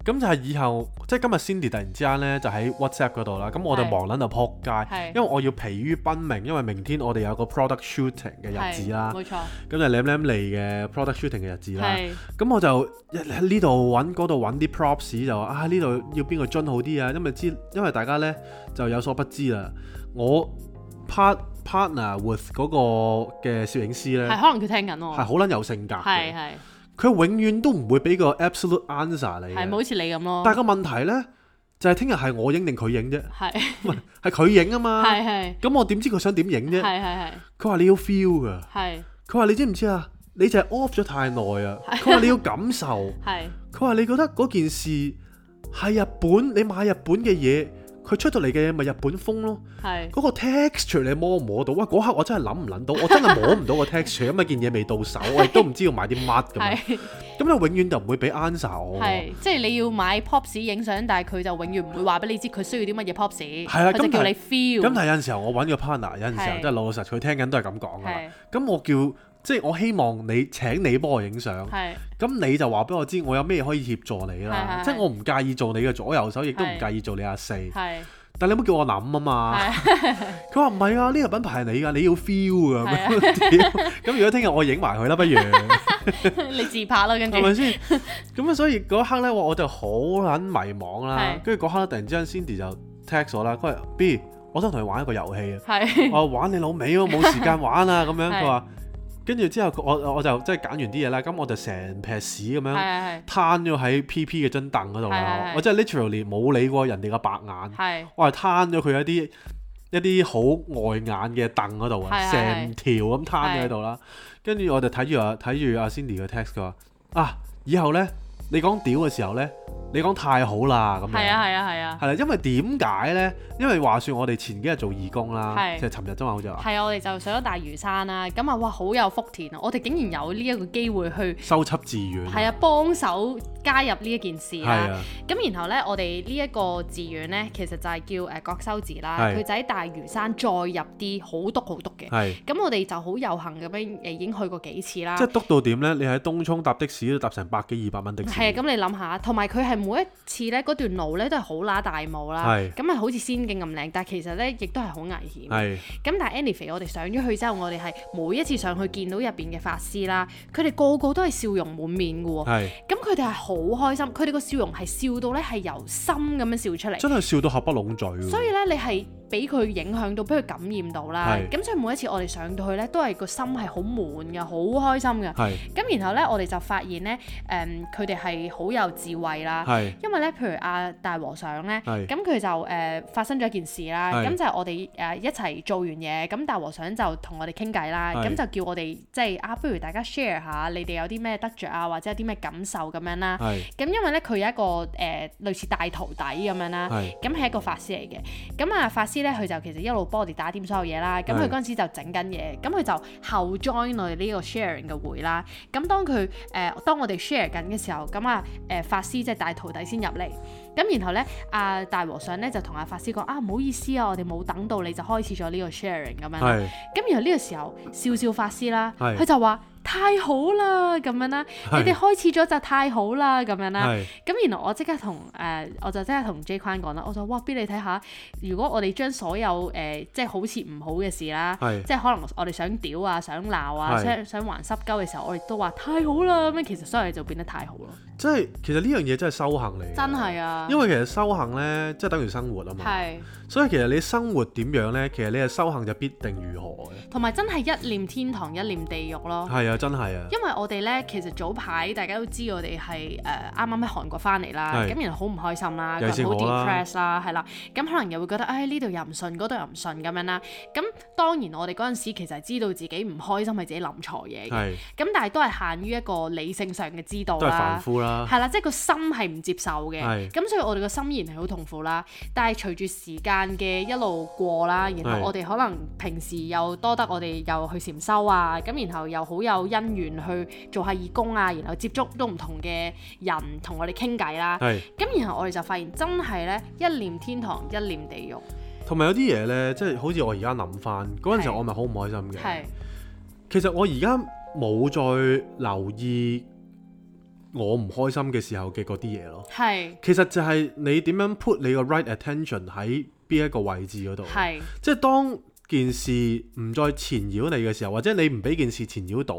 Speaker 1: 咁就係以後，即係今日 Cindy 突然之間咧，就喺 WhatsApp 嗰度啦。咁我就
Speaker 3: 係
Speaker 1: 忙撚到撲街
Speaker 3: 係，
Speaker 1: 因為我要疲於奔命，因為明天我哋有個 product shooting 嘅日子啊啦
Speaker 3: 係，冇錯，
Speaker 1: 咁就舐舐嚟嘅 product shooting 嘅日子啦。
Speaker 3: 係
Speaker 1: 咁我就一喺呢度揾嗰度揾啲 props 就話啊呢度要邊個樽好啲啊，因為知因為大家呢就有所不知啦，我 part partner with 嗰個嘅攝影師
Speaker 3: 係
Speaker 1: 呢，
Speaker 3: 可能佢聽緊
Speaker 1: 係啊
Speaker 3: 我，
Speaker 1: 好撚有性格嘅，
Speaker 3: 係係
Speaker 1: 佢永遠都唔會俾個 absolute answer 你
Speaker 3: 係冇
Speaker 1: 嘅，
Speaker 3: 好似你咁咯，
Speaker 1: 但係個問題呢，就係聽日係我影定佢影啫，
Speaker 3: 係
Speaker 1: 喂係佢影啊嘛，
Speaker 3: 係係
Speaker 1: 咁我點知佢想點影
Speaker 3: 係
Speaker 1: 啫？
Speaker 3: 係
Speaker 1: 佢話你要 feel 㗎，
Speaker 3: 係
Speaker 1: 佢話你知唔知啊？你就係 off 咗太耐啊，佢話你要感受。
Speaker 3: 係
Speaker 1: 佢話：你覺得嗰件事係日本，你買日本嘅嘢，佢出到嚟嘅嘢咪日本風咯。
Speaker 3: 係
Speaker 1: 嗰、個 texture 你摸唔摸到？哇！啊嗰刻我真係諗唔諗到，我真係摸唔到個 texture，因為件嘢未到手，我亦都唔知要買啲乜咁樣。哦
Speaker 3: 係
Speaker 1: 咁你永遠就唔會俾 answer 我。係
Speaker 3: 係，即係你要買 pops 影相，但係佢就永遠唔會話俾你知佢需要啲乜嘢 pops，
Speaker 1: 係啦
Speaker 3: 佢就
Speaker 1: 咁
Speaker 3: 叫
Speaker 1: 但
Speaker 3: 你
Speaker 1: 係咁
Speaker 3: feel，
Speaker 1: 但係有陣時候我揾個 partner，有陣時候
Speaker 3: 係
Speaker 1: 真係老老實實，佢聽緊都係咁講㗎啦
Speaker 3: 係。
Speaker 1: 咁我叫即係我希望你請你幫我影相，
Speaker 3: 係
Speaker 1: 咁你就話俾我知我有咩可以協助你啦。
Speaker 3: 係係
Speaker 1: 即係
Speaker 3: 係
Speaker 1: 我唔介意做你嘅左右手，亦都唔
Speaker 3: 係
Speaker 1: 介意做你阿四。
Speaker 3: 係
Speaker 1: 但你唔好叫我諗啊嘛。
Speaker 3: 係。
Speaker 1: 佢話唔係啊，呢個品牌係你㗎，你要 feel
Speaker 3: 係啊
Speaker 1: 㗎咁樣。屌咁如果聽日我影埋佢啦，不如係
Speaker 3: 你自拍啦，跟住
Speaker 1: 咪先？咁啊，所以嗰刻咧，我我就好撚迷茫啦。
Speaker 3: 係
Speaker 1: 跟住嗰刻咧，突然之間 Cindy 就 text 我啦，佢話 B，我想同你玩一個遊 戲啊。
Speaker 3: 係
Speaker 1: 我話玩你老味喎，冇時間玩啊咁樣。
Speaker 3: 係
Speaker 1: 佢話跟住之後，我我就即係揀完啲嘢啦，咁我就成劈屎咁樣
Speaker 3: 係係
Speaker 1: 攤咗喺 PP 嘅張凳嗰度啦
Speaker 3: 係係。係
Speaker 1: 我真係 literally 冇理過人哋嘅白眼。
Speaker 3: 係
Speaker 1: 我係攤咗佢一啲一啲好礙眼嘅凳嗰度啊，
Speaker 3: 係係
Speaker 1: 成條咁攤咗喺度啦。跟住我就睇住啊睇住阿 Cindy 嘅 text，佢話啊，以後呢，你講屌嘅時候呢，你講太好啦咁樣。
Speaker 3: 係啊係啊係啊，
Speaker 1: 係啦，因為點解呢？因為話説我哋前幾日做義工啦，
Speaker 3: 係
Speaker 1: 即係尋日啫嘛，好似話
Speaker 3: 係啊！我哋就上咗大嶼山啦，咁啊哇好有福田啊！我哋竟然有呢一個機會去
Speaker 1: 收輯志願。
Speaker 3: 係啊幫手加入呢一件事
Speaker 1: 係
Speaker 3: 啦。
Speaker 1: 啊，
Speaker 3: 咁然後呢，我哋呢一個志願呢，其實就係叫誒郭修治啦，
Speaker 1: 係
Speaker 3: 佢就喺大嶼山再入啲好篤好篤嘅。
Speaker 1: 係。
Speaker 3: 咁我哋就好有幸咁樣呃誒已經去過幾次啦啊
Speaker 1: 即。係篤到點呢？你喺東涌搭的士都搭成百幾二百蚊的士。
Speaker 3: 係啊，咁你諗下，同埋佢係每一次咧嗰段路咧都係好乸大霧啦，
Speaker 1: 係
Speaker 3: 咁係好似仙境咁靚，但係其實咧亦都係好危險。
Speaker 1: 係
Speaker 3: 咁但係 anyway，我哋上咗去之後，我哋係每一次上去見到入邊嘅法師啦，佢哋個個都係笑容滿面嘅喎。
Speaker 1: 係，
Speaker 3: 咁佢哋係好開心，佢哋個笑容係笑到咧係由心咁樣笑出嚟。
Speaker 1: 真係笑到合不攏嘴喎。
Speaker 3: 所以咧，你係俾佢影響到，俾佢感染到啦。
Speaker 1: 係
Speaker 3: 咁所以每一次我哋上到去咧，都係個心係好滿嘅，好開心嘅。
Speaker 1: 係
Speaker 3: 咁然後咧，我哋就發現咧，誒佢哋係好有智慧啦。
Speaker 1: 係
Speaker 3: 因為咧，譬如阿大和尚咧，
Speaker 1: 係
Speaker 3: 咁佢就誒、呃、發生咗一件事啦，
Speaker 1: 係
Speaker 3: 咁就係我哋誒、呃一齊做完嘢，咁大和尚就同我哋傾偈啦，
Speaker 1: 係
Speaker 3: 咁就叫我哋即係啊，不如大家 share 下你哋有啲咩得着啊，或者有啲咩感受咁樣啦。
Speaker 1: 係
Speaker 3: 咁因為咧，佢有一個誒、呃、類似大徒弟咁樣啦，
Speaker 1: 係
Speaker 3: 咁係一個法師嚟嘅。咁啊，法師咧佢就其實一路幫我哋打點所有嘢啦。咁
Speaker 1: 係
Speaker 3: 佢嗰陣時就整緊嘢，咁佢就後 join 我哋呢個 sharing 嘅會啦。咁當佢誒、呃、當我哋 share 緊嘅時候，咁啊誒法師即係大徒弟先入嚟。咁然後咧，阿、大和尚咧就同阿法師講啊，唔好意思啊，我哋冇等到你就開始咗呢個 sharing 咁樣啦。
Speaker 1: 係。
Speaker 3: 咁然後呢個時候，笑笑法師啦，
Speaker 1: 係
Speaker 3: 佢就話太好啦咁樣啦，你
Speaker 1: 係
Speaker 3: 哋開始咗就太好啦咁樣啦。
Speaker 1: 係
Speaker 3: 咁然後我即刻同誒、我就即刻同 J 框講啦，我就話哇，俾你睇下，如果我哋將所有誒、即係好似唔好嘅事啦，
Speaker 1: 係
Speaker 3: 即係可能我哋想屌啊、想鬧啊、
Speaker 1: 係
Speaker 3: 想想還濕鳩嘅時候，我哋都話太好啦，咁樣其實所有嘢就變得太好咯，
Speaker 1: 即係其實呢樣嘢真係修行嚟嘅，
Speaker 3: 真係啊，
Speaker 1: 因為其實修行呢，即係等於生活啊嘛。
Speaker 3: 係
Speaker 1: 所以其實你生活點樣呢？其實你嘅修行就必定如何嘅。
Speaker 3: 同埋真係一念天堂一念地獄咯，
Speaker 1: 係啊，啊，真係啊，
Speaker 3: 因為我哋咧，其實早排大家都知我哋係誒呃啱啱喺韓國翻嚟啦，
Speaker 1: 係
Speaker 3: 咁然後好唔開心啦，個
Speaker 1: 尤其
Speaker 3: 人
Speaker 1: 是
Speaker 3: 好
Speaker 1: 我啦
Speaker 3: depress 啦，係啦，咁可能又會覺得，唉呢度又唔信，嗰度又唔信咁樣啦。咁當然我哋嗰陣時其實係知道自己唔開心係自己諗錯嘢嘅，
Speaker 1: 係
Speaker 3: 咁但係都係限於一個理性上嘅知道
Speaker 1: 都係凡
Speaker 3: 啦。
Speaker 1: 夫啦，
Speaker 3: 係啦，即係個心係唔接受嘅，
Speaker 1: 啊係
Speaker 3: 咁所以我哋個心依然係好痛苦啦。但係隨住時間嘅一路過啦，然
Speaker 1: 係
Speaker 3: 後我哋可能平時又多得我哋又去禪修啊，咁然後又好有因緣去做下義工啊，然後接觸都唔同嘅人同我哋傾偈啦。
Speaker 1: 係。
Speaker 3: 咁然後我哋就發現真係呢，一念天堂，一念地獄，
Speaker 1: 同埋有啲嘢呢，即係好似我而家諗翻嗰陣時，
Speaker 3: 係
Speaker 1: 我咪好唔開心嘅。
Speaker 3: 係
Speaker 1: 其實我而家冇再留意我唔開心嘅時候嘅嗰啲嘢咯。
Speaker 3: 係
Speaker 1: 其實就係你點樣 put 你個 right attention 喺邊一個位置嗰度。
Speaker 3: 係
Speaker 1: 即係當件事唔再纏繞你嘅時候，或者你唔俾件事纏繞到，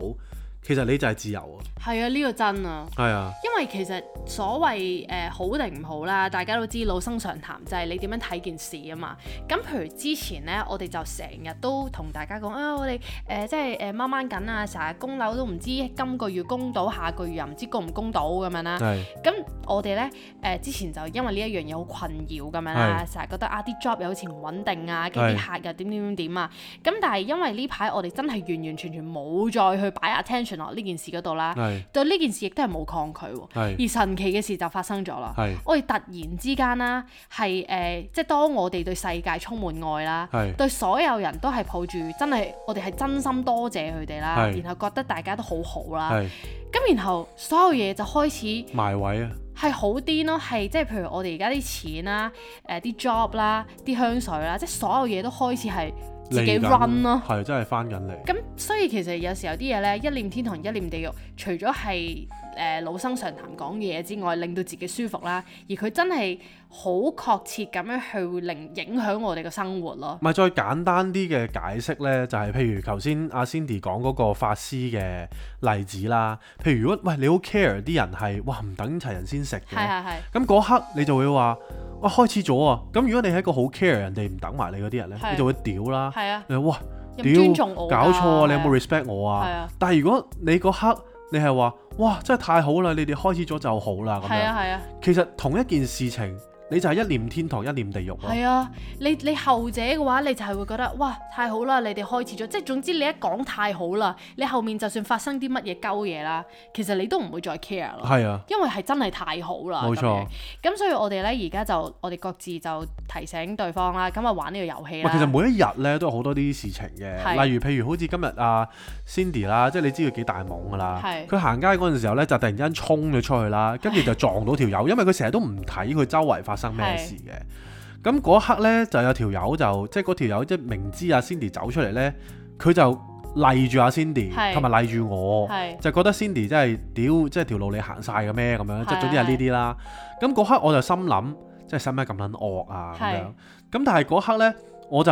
Speaker 1: 其實你就係自由啊。
Speaker 3: 係啊！呢個真啊。
Speaker 1: 係啊，
Speaker 3: 因為其實所謂誒、呃好定唔好啦，大家都知老生常談就係你點樣睇件事啊嘛。咁譬如之前呢，我哋就成日都同大家講啊，我哋誒、呃即係誒掹掹緊啊，成日供樓都唔知今個月供到，下個月又唔知供唔供到咁樣啦。
Speaker 1: 係
Speaker 3: 咁我哋呢，誒、呃之前就因為呢一樣嘢好困擾咁樣啦，成日覺得啊啲 job 又好似唔穩定啊，跟住啲客又點點點點啊。咁但係因為呢排我哋真係完完全全冇再去擺 attention 落呢件事嗰度啦，
Speaker 1: 係
Speaker 3: 對呢件事亦都係冇抗拒喎。
Speaker 1: 係
Speaker 3: 而神奇嘅事就發生咗啦！
Speaker 1: 係
Speaker 3: 我哋突然之間啦，係誒、呃即係當我哋對世界充滿愛啦，
Speaker 1: 係
Speaker 3: 對所有人都係抱住真係我哋係真心多謝佢哋啦，
Speaker 1: 係
Speaker 3: 然後覺得大家都好好啦，
Speaker 1: 係
Speaker 3: 咁然後所有嘢就開始
Speaker 1: 埋位啊，
Speaker 3: 係好癲咯，係即係譬如我哋而家啲錢啦、誒、啲 job 啦、啲香水啦，即係所有嘢都開始係自
Speaker 1: 嚟
Speaker 3: 己
Speaker 1: 緊
Speaker 3: run 咯。
Speaker 1: 係真係翻緊嚟。
Speaker 3: 咁所以其實有時候啲嘢咧，一念天堂，一念地獄，除咗係誒老生常談講嘅嘢之外，令到自己舒服啦，而佢真係好確切咁樣去會令影響我哋嘅生活咯。
Speaker 1: 唔係再簡單啲嘅解釋呢，就係、譬如頭先阿 Cindy 講嗰個法師嘅例子啦。譬如如果喂你好 care 啲人係哇唔等齊人先食
Speaker 3: 係啊
Speaker 1: 嘅，
Speaker 3: 係
Speaker 1: 咁
Speaker 3: 係
Speaker 1: 嗰刻你就會話哇開始咗啊！咁如果你係一個好 care 人哋唔等埋你嗰啲人呢，
Speaker 3: 係
Speaker 1: 你就會屌啦。
Speaker 3: 係啊，
Speaker 1: 你話哇
Speaker 3: 有冇
Speaker 1: 屌
Speaker 3: 尊重我㗎
Speaker 1: 搞錯啊！你有
Speaker 3: 係
Speaker 1: 冇 respect 我
Speaker 3: 係
Speaker 1: 啊
Speaker 3: 啊？
Speaker 1: 但係如果你嗰刻你係話哇真係太好啦，你哋開始咗就好啦咁
Speaker 3: 係
Speaker 1: 樣。
Speaker 3: 啊係啊
Speaker 1: 其實同一件事情，你就係一念天堂一念地獄咯。
Speaker 3: 係啊！你你後者嘅話，你就係會覺得哇太好啦！你哋開始咗，即係總之你一講太好啦，你後面就算發生啲乜嘢鳩嘢啦，其實你都唔會再 care 咯。
Speaker 1: 係啊，
Speaker 3: 因為係真係太好啦，
Speaker 1: 冇
Speaker 3: 咁樣
Speaker 1: 錯。
Speaker 3: 咁所以我哋咧而家就我哋各自就提醒對方啦，咁啊玩呢個遊戲
Speaker 1: 喂，
Speaker 3: 啦。
Speaker 1: 其實每一日咧都有好多呢啲事情嘅，
Speaker 3: 係
Speaker 1: 例如譬如好似今日啊 Cindy 啦，即係你知佢幾大懵噶啦
Speaker 3: 係，
Speaker 1: 佢行街嗰陣時候咧就突然間衝咗出去啦，跟住就撞到條友，因為佢成日都唔睇佢周圍發生咩事嘅。咁嗰一刻咧就有條友就即係嗰條友即係明知阿 Cindy 走出嚟咧，佢就賴住阿 Cindy
Speaker 3: 係
Speaker 1: 同埋賴住我，
Speaker 3: 係
Speaker 1: 就覺得 Cindy 真係屌，即係條路你行晒嘅咩咁樣，即
Speaker 3: 係
Speaker 1: 係總之係呢啲啦。咁嗰刻我就心諗，即係使唔使咁撚惡啊咁
Speaker 3: 係
Speaker 1: 樣？咁但係嗰刻呢，我就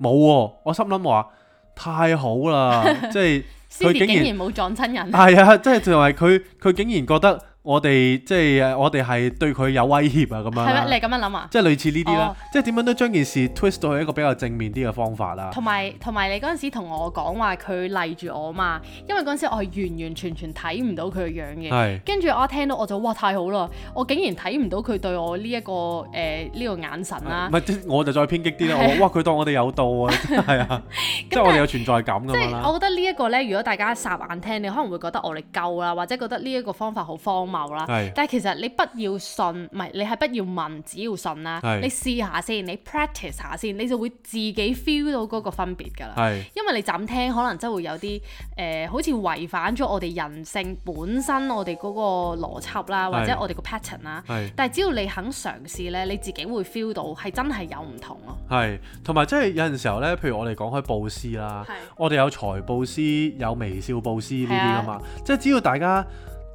Speaker 1: 冇喎、我心諗話太好 啦，即係
Speaker 3: Cindy
Speaker 1: 佢竟
Speaker 3: 竟
Speaker 1: 然
Speaker 3: 然冇撞親人，
Speaker 1: 係啊，即係就係佢佢竟然覺得我哋即係呃我哋係對佢有威脅啊咁樣
Speaker 3: 係
Speaker 1: 啦
Speaker 3: 咩？你咁樣諗啊？
Speaker 1: 即係類似呢啲啦
Speaker 3: 哦，
Speaker 1: 即係點樣都將件事 twist 到去一個比較正面啲嘅方法啦。
Speaker 3: 同埋同埋你嗰陣時同我講話佢賴住我嘛，因為嗰陣時我係完完全全睇唔到佢嘅樣嘅。
Speaker 1: 係
Speaker 3: 跟住我一聽到我就哇太好啦！我竟然睇唔到佢對我呢、一個誒呢、個眼神啦
Speaker 1: 唔。係即我就再偏激啲啦。我 話哇，佢當我哋有道啊，係啊，即係我哋有存在感咁
Speaker 3: 即
Speaker 1: 樣
Speaker 3: 係
Speaker 1: 啦。
Speaker 3: 我覺得呢一個呢，如果大家霎眼聽，你可能會覺得我哋夠啦，或者覺得呢一個方法好荒謬啦。
Speaker 1: 係
Speaker 3: 但係其實你不要信，唔係你係不要問，只要信啦。
Speaker 1: 係
Speaker 3: 你試下先，你 practice 下先，你就會自己 feel 到嗰個分別㗎啦。
Speaker 1: 係
Speaker 3: 因為你就咁聽，可能真會有啲誒、呃好似違反咗我哋人性本身我哋嗰個邏輯啦，或者
Speaker 1: 係
Speaker 3: 我哋個 pattern 啦。
Speaker 1: 係
Speaker 3: 但係只要你肯嘗試呢，你自己會 feel 到係真係有唔同咯。
Speaker 1: 係，同埋即係有陣時候咧，譬如我哋講開佈施啦
Speaker 3: 係，
Speaker 1: 我哋有財佈施，有微笑佈施呢啲噶
Speaker 3: 啊
Speaker 1: 嘛。即係只要大家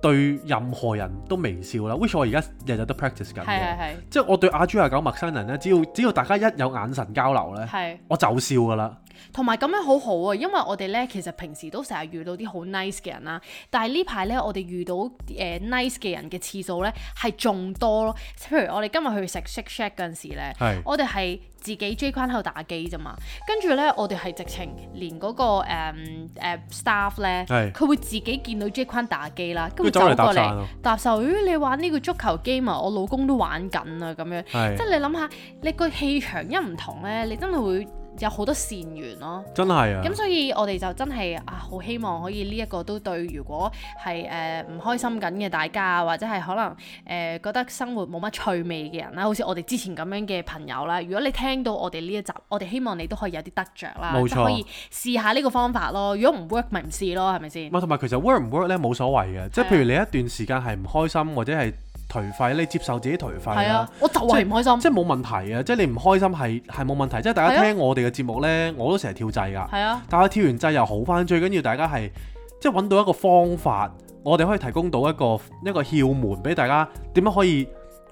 Speaker 1: 對任何人都微笑啦，which 我而家日日都 practice 緊
Speaker 3: 係啊
Speaker 1: 嘅。
Speaker 3: 係係
Speaker 1: 即係我對阿豬阿狗陌生人咧，只要只要大家一有眼神交流咧，
Speaker 3: 係。
Speaker 1: 我就笑噶啦。
Speaker 3: 同埋咁樣好好啊，因為我哋咧其實平時都成日遇到啲好 nice 嘅人啦，啊但係呢排咧我哋遇到誒、呃 nice 嘅人嘅次數咧係仲多咯。譬如我哋今日去食 Shake Shack 嗰陣時咧
Speaker 1: 係，
Speaker 3: 我哋係自己 J 框喺度打機啫嘛，跟住咧我哋係直情連嗰、個誒、嗯誒 staff 咧，
Speaker 1: 係
Speaker 3: 佢會自己見到 J 框打機啦，跟住
Speaker 1: 佢走
Speaker 3: 走
Speaker 1: 嚟搭
Speaker 3: 過
Speaker 1: 訕
Speaker 3: 嚟
Speaker 1: 啊
Speaker 3: 搭手，咦你玩呢個足球 game 啊？我老公都玩緊啊咁樣。
Speaker 1: 係
Speaker 3: 即係你諗下，你個氣場一唔同咧，你真係會有好多善緣咯。
Speaker 1: 真係啊
Speaker 3: 咁，所以我哋就真係啊，好希望可以呢一個都對，如果係誒唔開心緊嘅大家啊，或者係可能誒、呃、覺得生活冇乜趣味嘅人啦，好似我哋之前咁樣嘅朋友啦，如果你聽到我哋呢一集，我哋希望你都可以有啲得着啦，
Speaker 1: 冇
Speaker 3: 即
Speaker 1: 錯
Speaker 3: 係可以試下呢個方法咯。如果唔 work 咪唔試咯，係咪先
Speaker 1: 唔？係同埋其實 work 唔 work 咧冇所謂嘅，即係
Speaker 3: 係啊
Speaker 1: 譬如你一段時間係唔開心或者係頹廢，你接受自己頹廢
Speaker 3: 係
Speaker 1: 啦
Speaker 3: 啊。，我就係唔開心。
Speaker 1: 即係冇問題啊嘅，即係你唔開心係係冇問題。即係大家
Speaker 3: 係啊
Speaker 1: 聽我哋嘅節目呢，我都成日跳掣㗎。
Speaker 3: 係啊，
Speaker 1: 但係跳完掣又好翻，最緊要大家係即係揾到一個方法，我哋可以提供到一個一個竅門俾大家點樣可以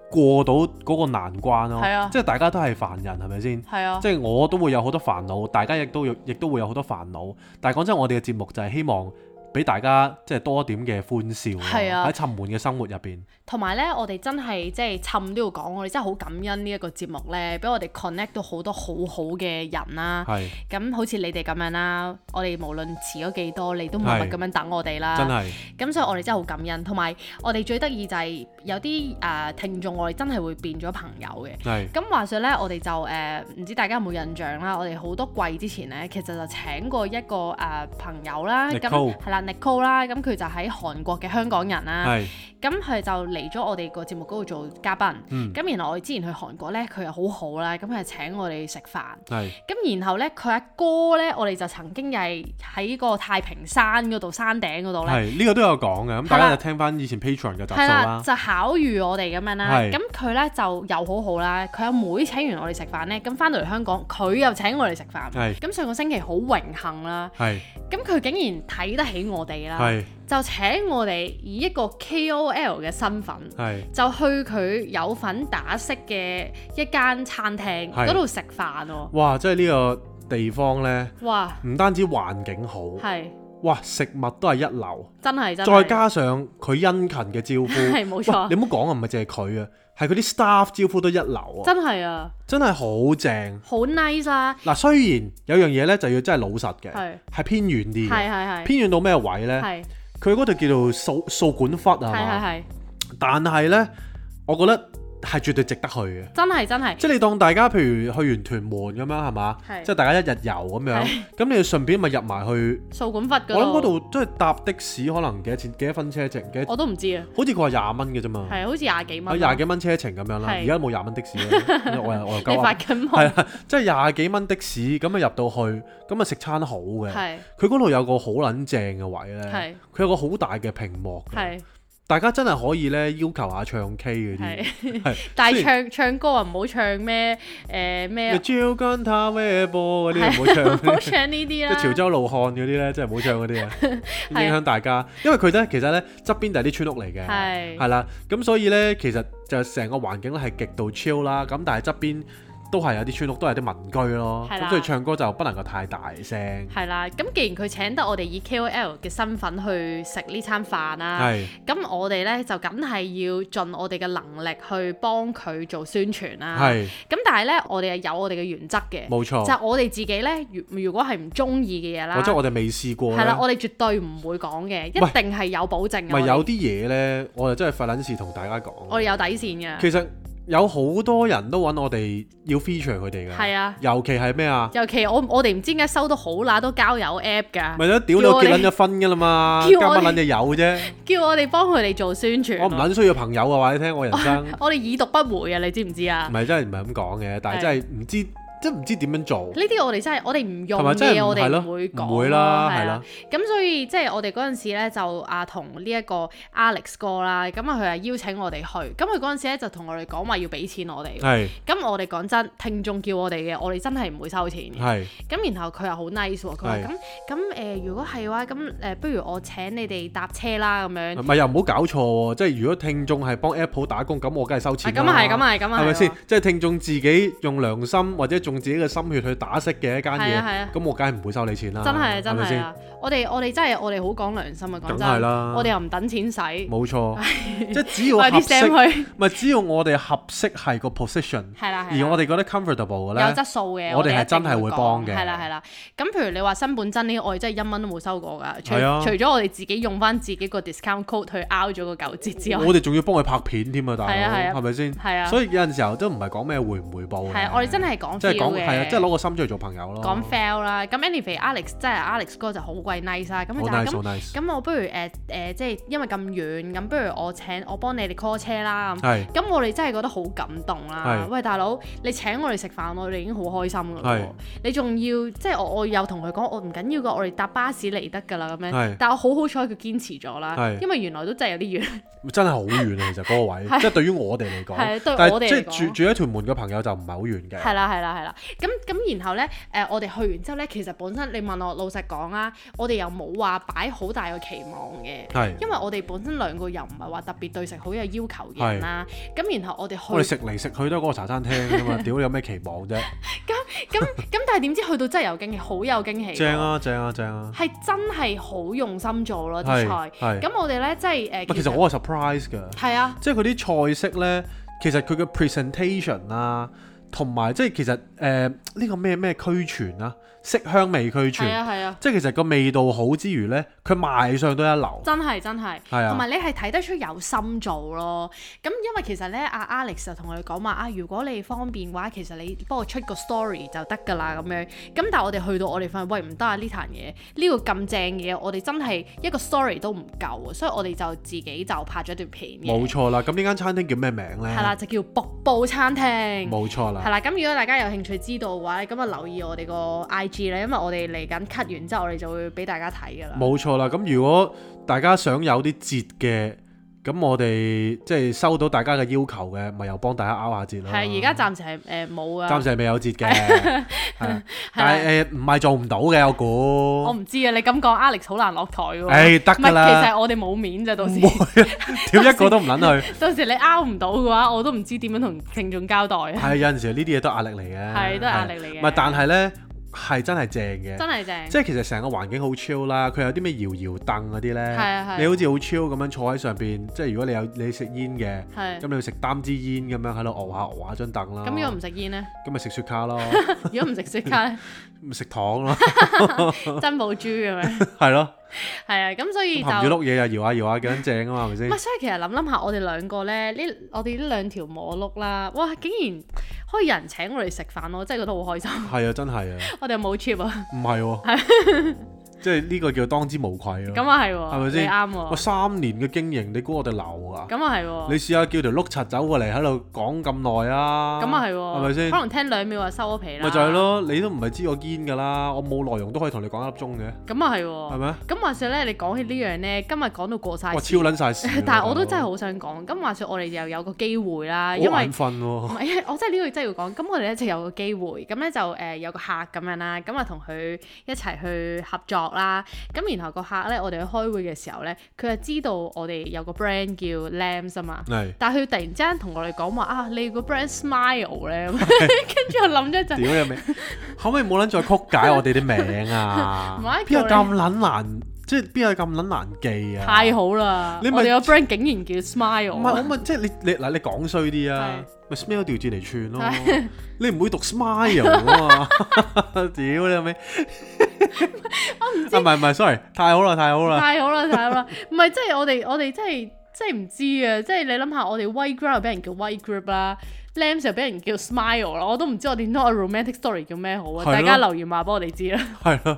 Speaker 1: 過到嗰個難關咯。
Speaker 3: 係啊
Speaker 1: 即係大家都係凡人，係咪先？
Speaker 3: 係啊，
Speaker 1: 即係我都會有好多煩惱，大家亦都有亦都會有好多煩惱。但係講真，我哋嘅節目就係希望俾大家即係多一點嘅歡笑咯
Speaker 3: 係啊
Speaker 1: 喺沉悶嘅生活入邊。
Speaker 3: 同埋咧，我哋真係即係氹都要講，我哋真係好感恩呢一個節目咧，俾我哋 connect 到好多好好嘅人啦。
Speaker 1: 係
Speaker 3: 咁好似你哋咁樣啦，我哋無論遲咗幾多，你都默默
Speaker 1: 係
Speaker 3: 咁樣等我哋
Speaker 1: 真
Speaker 3: 啦。
Speaker 1: 係
Speaker 3: 咁所以我哋真係好感恩，同埋我哋最得意就係有啲誒、呃、聽眾，我哋真係會變咗朋友嘅。
Speaker 1: 係
Speaker 3: 咁話說咧，我哋就呃誒唔、知大家有冇印象啦？我哋好多季之前咧，其實就請過一個誒、呃朋友啦，咁
Speaker 1: Nicole
Speaker 3: 係啦 Nicole 啦，咁佢就喺韓國嘅香港人啊啦。
Speaker 1: 係
Speaker 3: 咁佢就嚟咗我哋個節目嗰度做嘉賓，咁、
Speaker 1: 嗯
Speaker 3: 然後我哋之前去韓國咧，佢又好好啦，咁佢係請我哋食飯，
Speaker 1: 係
Speaker 3: 咁然後咧佢阿哥咧，我哋就曾經係喺個太平山嗰度山頂嗰度咧，
Speaker 1: 係呢個都有講嘅。咁大家
Speaker 3: 係啦
Speaker 1: 就聽翻以前 Patron 嘅集數
Speaker 3: 係啦
Speaker 1: 啦，。
Speaker 3: 就巧遇我哋咁樣啦，
Speaker 1: 係
Speaker 3: 咁佢咧就又好好啦，佢阿妹請完我哋食飯咧，咁翻到嚟香港佢又請我哋食飯，
Speaker 1: 係
Speaker 3: 咁上個星期好榮幸啦，啊
Speaker 1: 係
Speaker 3: 咁佢竟然睇得起我哋啦，
Speaker 1: 係
Speaker 3: 就請我哋以一個 KOL 嘅身份。
Speaker 1: 係
Speaker 3: 就去佢有份打色嘅一間餐廳
Speaker 1: 係
Speaker 3: 嗰度食飯喎、
Speaker 1: 哇！即係呢個地方呢，
Speaker 3: 哇，
Speaker 1: 唔單止環境好，
Speaker 3: 係
Speaker 1: 哇食物都係一流，
Speaker 3: 真係真係
Speaker 1: 再加上佢殷勤嘅招呼。
Speaker 3: 係冇
Speaker 1: 哇！
Speaker 3: 錯
Speaker 1: 你，唔好講啊，唔係淨係佢啊，係佢啲 staff 招呼都一流啊，
Speaker 3: 真係啊，
Speaker 1: 真係好正。
Speaker 3: 好 nice 啊啦，
Speaker 1: 嗱，雖然有樣嘢呢就要真係老實嘅
Speaker 3: 係，
Speaker 1: 係偏遠啲
Speaker 3: 係
Speaker 1: 嘅，
Speaker 3: 係係
Speaker 1: 偏遠到咩位呢？
Speaker 3: 係
Speaker 1: 佢嗰度叫做掃掃管忽啊係
Speaker 3: 係係
Speaker 1: 嘛？
Speaker 3: 係，
Speaker 1: 但係呢，我覺得係絕對值得去嘅。
Speaker 3: 真係真係
Speaker 1: 即係你當大家譬如去完屯門咁樣係嘛，
Speaker 3: 係
Speaker 1: 即係大家一日遊咁樣，咁你順便咪入埋去。
Speaker 3: 掃管忽
Speaker 1: 我諗
Speaker 3: 嗰
Speaker 1: 嗰，度即係搭的士可能幾多錢，幾多分車程，幾多
Speaker 3: 我都唔知啊，
Speaker 1: 好似佢話廿蚊嘅啫嘛，
Speaker 3: 係好似廿幾
Speaker 1: 有
Speaker 3: 蚊，
Speaker 1: 哦廿幾蚊車程咁樣啦。
Speaker 3: 係
Speaker 1: 而家冇廿蚊的士啦， 我又我又
Speaker 3: 你
Speaker 1: 夠
Speaker 3: 發
Speaker 1: 啦，係
Speaker 3: 緊夢，
Speaker 1: 啊，即係廿幾蚊的士咁啊入到去，咁啊食餐好嘅。
Speaker 3: 係
Speaker 1: 佢嗰度有個好撚正嘅位咧
Speaker 3: 係，
Speaker 1: 佢有個好大嘅屏幕嘅，
Speaker 3: 係
Speaker 1: 大家真係可以咧要求下唱 K 嗰啲。係
Speaker 3: 係， 但係唱唱歌啊，唔好唱咩誒
Speaker 1: 你
Speaker 3: 咩，啊
Speaker 1: 照跟他咩波嗰啲唔好唱。
Speaker 3: 唔好唱呢啲
Speaker 1: 即
Speaker 3: 啦，
Speaker 1: 係潮州路漢嗰啲咧，真係唔好唱嗰 啲啊，
Speaker 3: 係
Speaker 1: 影響大家。因為佢咧，其實咧側邊就係啲村屋嚟嘅，
Speaker 3: 係
Speaker 1: 係啦。咁所以咧，其實就成個環境咧係極度 chill 啦。咁但係側邊都係有啲村屋，都係啲民居咯。
Speaker 3: 係啦
Speaker 1: 咁所以唱歌就不能夠太大聲。
Speaker 3: 係啦，咁既然佢請得我哋以 KOL 嘅身份去食呢餐飯啊啦，
Speaker 1: 係
Speaker 3: 咁我哋呢就梗係要盡我哋嘅能力去幫佢做宣傳啦。
Speaker 1: 係
Speaker 3: 咁但係呢，我哋係有我哋嘅原則嘅，
Speaker 1: 冇錯
Speaker 3: 就係我哋自己呢，如如果係唔中意嘅嘢啦
Speaker 1: 或，者我哋未試過
Speaker 3: 係啦，
Speaker 1: 咧，
Speaker 3: 我哋絕對唔會講嘅，一定係有保證嘅。
Speaker 1: 咪
Speaker 3: 我
Speaker 1: 有
Speaker 3: 哋
Speaker 1: 啲嘢咧，我就真係費撚事同大家講。
Speaker 3: 我哋有底線嘅，
Speaker 1: 其實有好多人都揾我哋要 feature 佢哋㗎，
Speaker 3: 係啊
Speaker 1: 尤其係咩啊？
Speaker 3: 尤其我我哋唔知點解收到好乸多交友 app 㗎，
Speaker 1: 咪都屌到結撚咗婚㗎啦嘛，
Speaker 3: 叫
Speaker 1: 加
Speaker 3: 我哋
Speaker 1: 乜撚嘢有啫？
Speaker 3: 叫我哋幫佢哋做宣傳。
Speaker 1: 我唔撚需要朋友啊！話你聽，我人 生唔
Speaker 3: 我哋已讀不回啊，你知唔知啊？
Speaker 1: 係真係唔係咁講嘅，但係
Speaker 3: 係
Speaker 1: 真係唔知，真係唔知點樣做。
Speaker 3: 呢啲我哋真係我哋唔用
Speaker 1: 同埋真係
Speaker 3: 嘅，
Speaker 1: 唔
Speaker 3: 我
Speaker 1: 係
Speaker 3: 哋
Speaker 1: 咯
Speaker 3: 唔會講
Speaker 1: 唔會啦
Speaker 3: 咯
Speaker 1: 係
Speaker 3: 係
Speaker 1: 啦
Speaker 3: 啦。咁所以即係我哋嗰陣時咧就啊同呢一個 Alex 哥啦，咁啊佢係邀請我哋去，咁佢嗰陣時咧就同我哋講話要俾錢我哋。
Speaker 1: 係
Speaker 3: 咁我哋講真，聽眾叫我哋嘅，我哋真係唔會收錢嘅。
Speaker 1: 係
Speaker 3: 咁然後佢又好 nice 喎，佢話
Speaker 1: 係
Speaker 3: 咁咁誒，如果係嘅話，咁誒、不如我請你哋搭車啦咁樣。啊
Speaker 1: 咪又唔好搞錯喎！即係如果聽眾係幫 Apple 打工，咁我梗係收錢啦。
Speaker 3: 啊咁啊係咁啊係咁啊係
Speaker 1: 係咪先
Speaker 3: 喎？
Speaker 1: 即係聽眾自己用良心或者眾自己嘅心血去打識嘅一間
Speaker 3: 係啊係啊
Speaker 1: 嘢，咁我梗係唔會收你錢啦，
Speaker 3: 真係
Speaker 1: 係
Speaker 3: 真
Speaker 1: 咪
Speaker 3: 係
Speaker 1: 先？
Speaker 3: 啊！我哋我哋真係我哋好講良心啊，講
Speaker 1: 梗係
Speaker 3: 真，
Speaker 1: 啦
Speaker 3: 我哋又唔等錢使，
Speaker 1: 冇錯，即 係只要
Speaker 3: 快
Speaker 1: 合
Speaker 3: 啲 send
Speaker 1: 適，
Speaker 3: 去，
Speaker 1: 唔係只要我哋合適係個 position，
Speaker 3: 係啦係啦
Speaker 1: 而我哋覺得 comfortable 嘅
Speaker 3: 有
Speaker 1: 咧
Speaker 3: 質，素嘅，
Speaker 1: 我哋
Speaker 3: 係
Speaker 1: 係真係會幫嘅
Speaker 3: 係啦係啦。咁譬如你話新本真呢，我哋真係一蚊都冇收過㗎，除
Speaker 1: 係啊
Speaker 3: 除咗我哋自己用翻自己個 discount code 去 out 咗個九折之外，
Speaker 1: 我哋仲要幫佢拍片添啊，大
Speaker 3: 係啊係啊
Speaker 1: 佬，係咪先？
Speaker 3: 係啊
Speaker 1: 所以有陣時候都唔係講咩回唔回報嘅
Speaker 3: 係啊我哋真係講
Speaker 1: 哦即係
Speaker 3: feel
Speaker 1: 講
Speaker 3: 嘅，
Speaker 1: 係啊，即係攞個心出嚟做朋友咯。
Speaker 3: 講 fail 啦。咁 anyway Alex 真係 Alex 哥就好鬼 nice 啊啦，咁佢就
Speaker 1: 好
Speaker 3: 話
Speaker 1: nice，好
Speaker 3: 咁
Speaker 1: nice
Speaker 3: 咁我不如誒誒、呃即係因為咁遠，咁不如我請我幫你哋 call 車啦。
Speaker 1: 係啊
Speaker 3: 咁我哋真係覺得好感動啦！
Speaker 1: 係
Speaker 3: 喂，大佬，你請我哋食飯，我哋已經好開心噶啦
Speaker 1: 係
Speaker 3: 喎。你仲要即係我，我有同佢講，我唔緊要噶，我哋搭巴士嚟得噶啦咁樣
Speaker 1: 係。
Speaker 3: 但我好好彩，佢堅持咗啦，
Speaker 1: 係
Speaker 3: 因為原來都真係有 啲遠。
Speaker 1: 真係好遠啊！其實嗰個位，即係對於我哋嚟
Speaker 3: 係
Speaker 1: 講
Speaker 3: 對，
Speaker 1: 但
Speaker 3: 我哋
Speaker 1: 係即係
Speaker 3: 嚟講
Speaker 1: 住住喺屯門嘅朋友就唔係好遠嘅。
Speaker 3: 係啦，係啦，係啦。咁咁，然後呢，誒、我哋去完之後呢，其實本身你問我老實講啦，我哋又冇話擺好大嘅期望嘅。
Speaker 1: 係
Speaker 3: 因為我哋本身兩個又唔係話特別對食好有要求嘅人啦，咁然後我哋去
Speaker 1: 我哋食嚟食去都係嗰個茶餐廳㗎 嘛，屌你有咩期望啫？
Speaker 3: 咁咁，但係點知去到真係有驚喜，好有驚喜喎。
Speaker 1: 正啊，正啊，正啊！
Speaker 3: 係真係好用心做咯啲
Speaker 1: 係
Speaker 3: 菜。
Speaker 1: 係
Speaker 3: 咁我哋咧即係誒，呃
Speaker 1: 唔係其實我係 surprise 㗎，
Speaker 3: 係啊，
Speaker 1: 即係佢啲菜式咧，其實佢嘅 presentation 啊，同埋即係其實誒呢、個咩咩俱全啊，色香味俱
Speaker 3: 係
Speaker 1: 全，
Speaker 3: 啊，係啊，
Speaker 1: 即係其實個味道好之餘咧，佢賣相都一流。
Speaker 3: 真係真係。
Speaker 1: 係啊
Speaker 3: 同埋你係睇得出有心做咯。咁因為其實咧，阿 Alex 就同我哋講話啊，如果你方便嘅話，其實你幫我出個 story 就得㗎啦咁樣。咁但係我哋去到我哋發現，喂唔得啊！呢壇嘢呢個咁正嘅嘢，我哋真係一個 story 都唔夠啊，所以我哋就自己就拍咗段片嘅。
Speaker 1: 冇錯啦，咁呢間餐廳叫咩名咧？
Speaker 3: 係啦，就叫瀑布餐廳。
Speaker 1: 冇錯啦
Speaker 3: 係。啦，咁如果大家有興趣知道嘅話咧，咁啊留意我哋個 I G 咧，因為我哋嚟緊 cut 完之後，我哋就會俾大家睇噶啦。
Speaker 1: 冇錯啦，咁如果大家想有啲折嘅，咁我哋即係收到大家嘅要求嘅，咪又幫大家拗下折啦。
Speaker 3: 係而家暫時係誒冇啊，
Speaker 1: 暫時係未有折 嘅，係啊但係誒唔係做唔到嘅，我
Speaker 3: 我
Speaker 1: 估。
Speaker 3: 唔知啊，你咁講 Alex 好難落台喎。
Speaker 1: 誒得
Speaker 3: 唔係
Speaker 1: 㗎啦
Speaker 3: 其實我哋冇面咋，到時
Speaker 1: 唔會啊屌一個都唔撚去，
Speaker 3: 到時你 out 唔到嘅話，我都唔知點樣同聽眾交代啊。
Speaker 1: 係有陣時呢啲嘢都係壓力嚟嘅，
Speaker 3: 係都係壓力嚟嘅
Speaker 1: 唔係，但係咧係真係正嘅，
Speaker 3: 真係正，
Speaker 1: 即係其實成個環境好 chill 啦，佢有啲咩搖搖凳嗰啲咧，
Speaker 3: 係啊係啊
Speaker 1: 你好似好 chill 咁樣坐喺上邊，即係如果你有你食煙嘅，
Speaker 3: 係
Speaker 1: 咁你要食擔支煙咁樣喺度哦熬下熬下張凳啦，
Speaker 3: 咁如果唔食煙咧，
Speaker 1: 咁咪食雪茄咯，
Speaker 3: 如果唔食雪茄呢，
Speaker 1: 咪食糖咯，
Speaker 3: 珍寶珠咁樣，
Speaker 1: 係咯，
Speaker 3: 係啊，咁所以就
Speaker 1: 含住碌嘢又搖下搖下，幾撚正啊嘛，係咪
Speaker 3: 唔
Speaker 1: 先
Speaker 3: 係，？所以其實諗諗下，我哋兩個咧，呢我哋呢兩條摸碌啦，哇！竟然可以有人請我哋食飯，我真係覺得好開心。
Speaker 1: 係啊，真係啊，
Speaker 3: 我哋冇 trip 啊，
Speaker 1: 唔係喎，即係呢個叫當之無愧
Speaker 3: 咁
Speaker 1: 咯，
Speaker 3: 啊係
Speaker 1: 係
Speaker 3: 喎，
Speaker 1: 咪
Speaker 3: 你
Speaker 1: 先？
Speaker 3: 啱
Speaker 1: 我
Speaker 3: 喎，
Speaker 1: 三年嘅經營，你估我哋流啊？
Speaker 3: 咁啊係喎，
Speaker 1: 你試下叫條碌柒走過嚟喺度講咁耐啊？
Speaker 3: 咁啊係喎，
Speaker 1: 係咪先
Speaker 3: 可？能聽兩秒就收咗皮啦，
Speaker 1: 咪就係，咯，你都唔係知我堅㗎啦，我冇內容都可以同你講一粒鐘嘅，
Speaker 3: 咁啊係
Speaker 1: 係
Speaker 3: 喎，
Speaker 1: 咪？
Speaker 3: 咁話說咧，你講起呢樣咧，今日講到過晒
Speaker 1: 哇，
Speaker 3: 時
Speaker 1: 超，撚晒事啊！
Speaker 3: 但係我都
Speaker 1: 大
Speaker 3: 真係
Speaker 1: 佬
Speaker 3: 好想講。咁話說我哋又有個機會啦，因
Speaker 1: 好
Speaker 3: 為
Speaker 1: 眼瞓
Speaker 3: 唔
Speaker 1: 喎，
Speaker 3: 係，我真係呢個真係要講。咁我哋咧就有個機會，咁咧就誒、呃有個客咁樣啦，咁啊同佢一齊去合作啦。咁然後個客咧，我哋去開會嘅時候咧，佢就知道我哋有個 brand 叫 Lambs 啊嘛。
Speaker 1: 係
Speaker 3: 但係佢突然之間同我哋講話啊，你個 brand Smile 咧，咁 跟住我諗咗一陣，
Speaker 1: 屌你咪，可唔可以冇撚再曲解我哋啲名
Speaker 3: 唔
Speaker 1: 啊
Speaker 3: 係？
Speaker 1: 邊有咁撚難，即係邊有咁撚難記啊？
Speaker 3: 太！好啦！
Speaker 1: 你咪
Speaker 3: 我哋個 brand 竟然叫
Speaker 1: 唔
Speaker 3: Smile，
Speaker 1: 係
Speaker 3: 啊
Speaker 1: 我咪即係你你嗱你講衰啲啊，咪 smell 調轉嚟串咯，你唔會讀 smile 啊嘛？ 屌你老 味！我唔知。唔係唔係，sorry，太好啦太好啦，
Speaker 3: 太好啦，太好啦！唔係，即係我哋我哋真係真係唔知啊！即係你諗下，我哋 White Ground 又俾人叫 White Group 啦，Lambs 又俾人叫 Smile 啦，我都唔知我哋 Not a Romantic Story 叫咩好啊！
Speaker 1: 係咯
Speaker 3: 大家留言話俾我哋知啦。
Speaker 1: 係咯。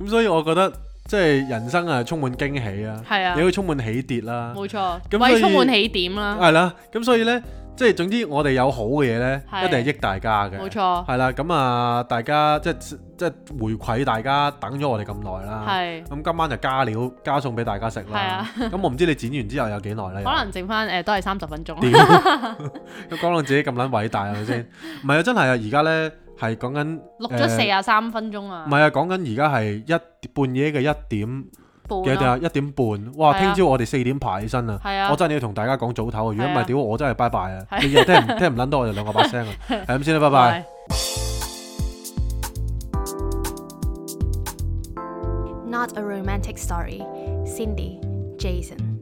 Speaker 1: 咁所以我覺得即係人生啊充滿驚喜啊，
Speaker 3: 係啊
Speaker 1: 亦都充滿起跌啦，
Speaker 3: 冇錯，
Speaker 1: 咁所
Speaker 3: 為
Speaker 1: 以啊
Speaker 3: 充滿起點啦，
Speaker 1: 係啦。咁所以咧。即係總之，我哋有好嘅嘢咧，
Speaker 3: 係
Speaker 1: 一定係益大家嘅。
Speaker 3: 冇錯
Speaker 1: 係啦，咁啊，大家即係即係回饋大家等咗我哋咁耐啦。
Speaker 3: 係
Speaker 1: 咁今晚就加料加餸俾大家食
Speaker 3: 係
Speaker 1: 啦
Speaker 3: 啊。
Speaker 1: 咁我唔知你剪完之後有幾耐咧？
Speaker 3: 可能剩翻誒都係三十分 鐘。
Speaker 1: 屌，咁講到自己咁撚偉大係咪先？唔係啊，真係啊，而家咧係講緊
Speaker 3: 錄咗四
Speaker 1: 呃
Speaker 3: 啊三分鐘啊
Speaker 1: 唔，係啊，講緊而家係一半夜嘅一點幾
Speaker 3: 半
Speaker 1: 點
Speaker 3: 咯
Speaker 1: 啊？一點半，哇！
Speaker 3: 係啊
Speaker 1: 聽朝我哋四點爬起身啊！
Speaker 3: 係啊
Speaker 1: 我真係要同大家講早唞啊！如果唔
Speaker 3: 係啊
Speaker 1: 係，屌我真係拜拜啊
Speaker 3: 係！啊
Speaker 1: 你又聽唔聽唔撚到我哋兩個把聲啊？係咁先啦，拜拜。
Speaker 3: 係
Speaker 2: Not a romantic story. Cindy, Jason.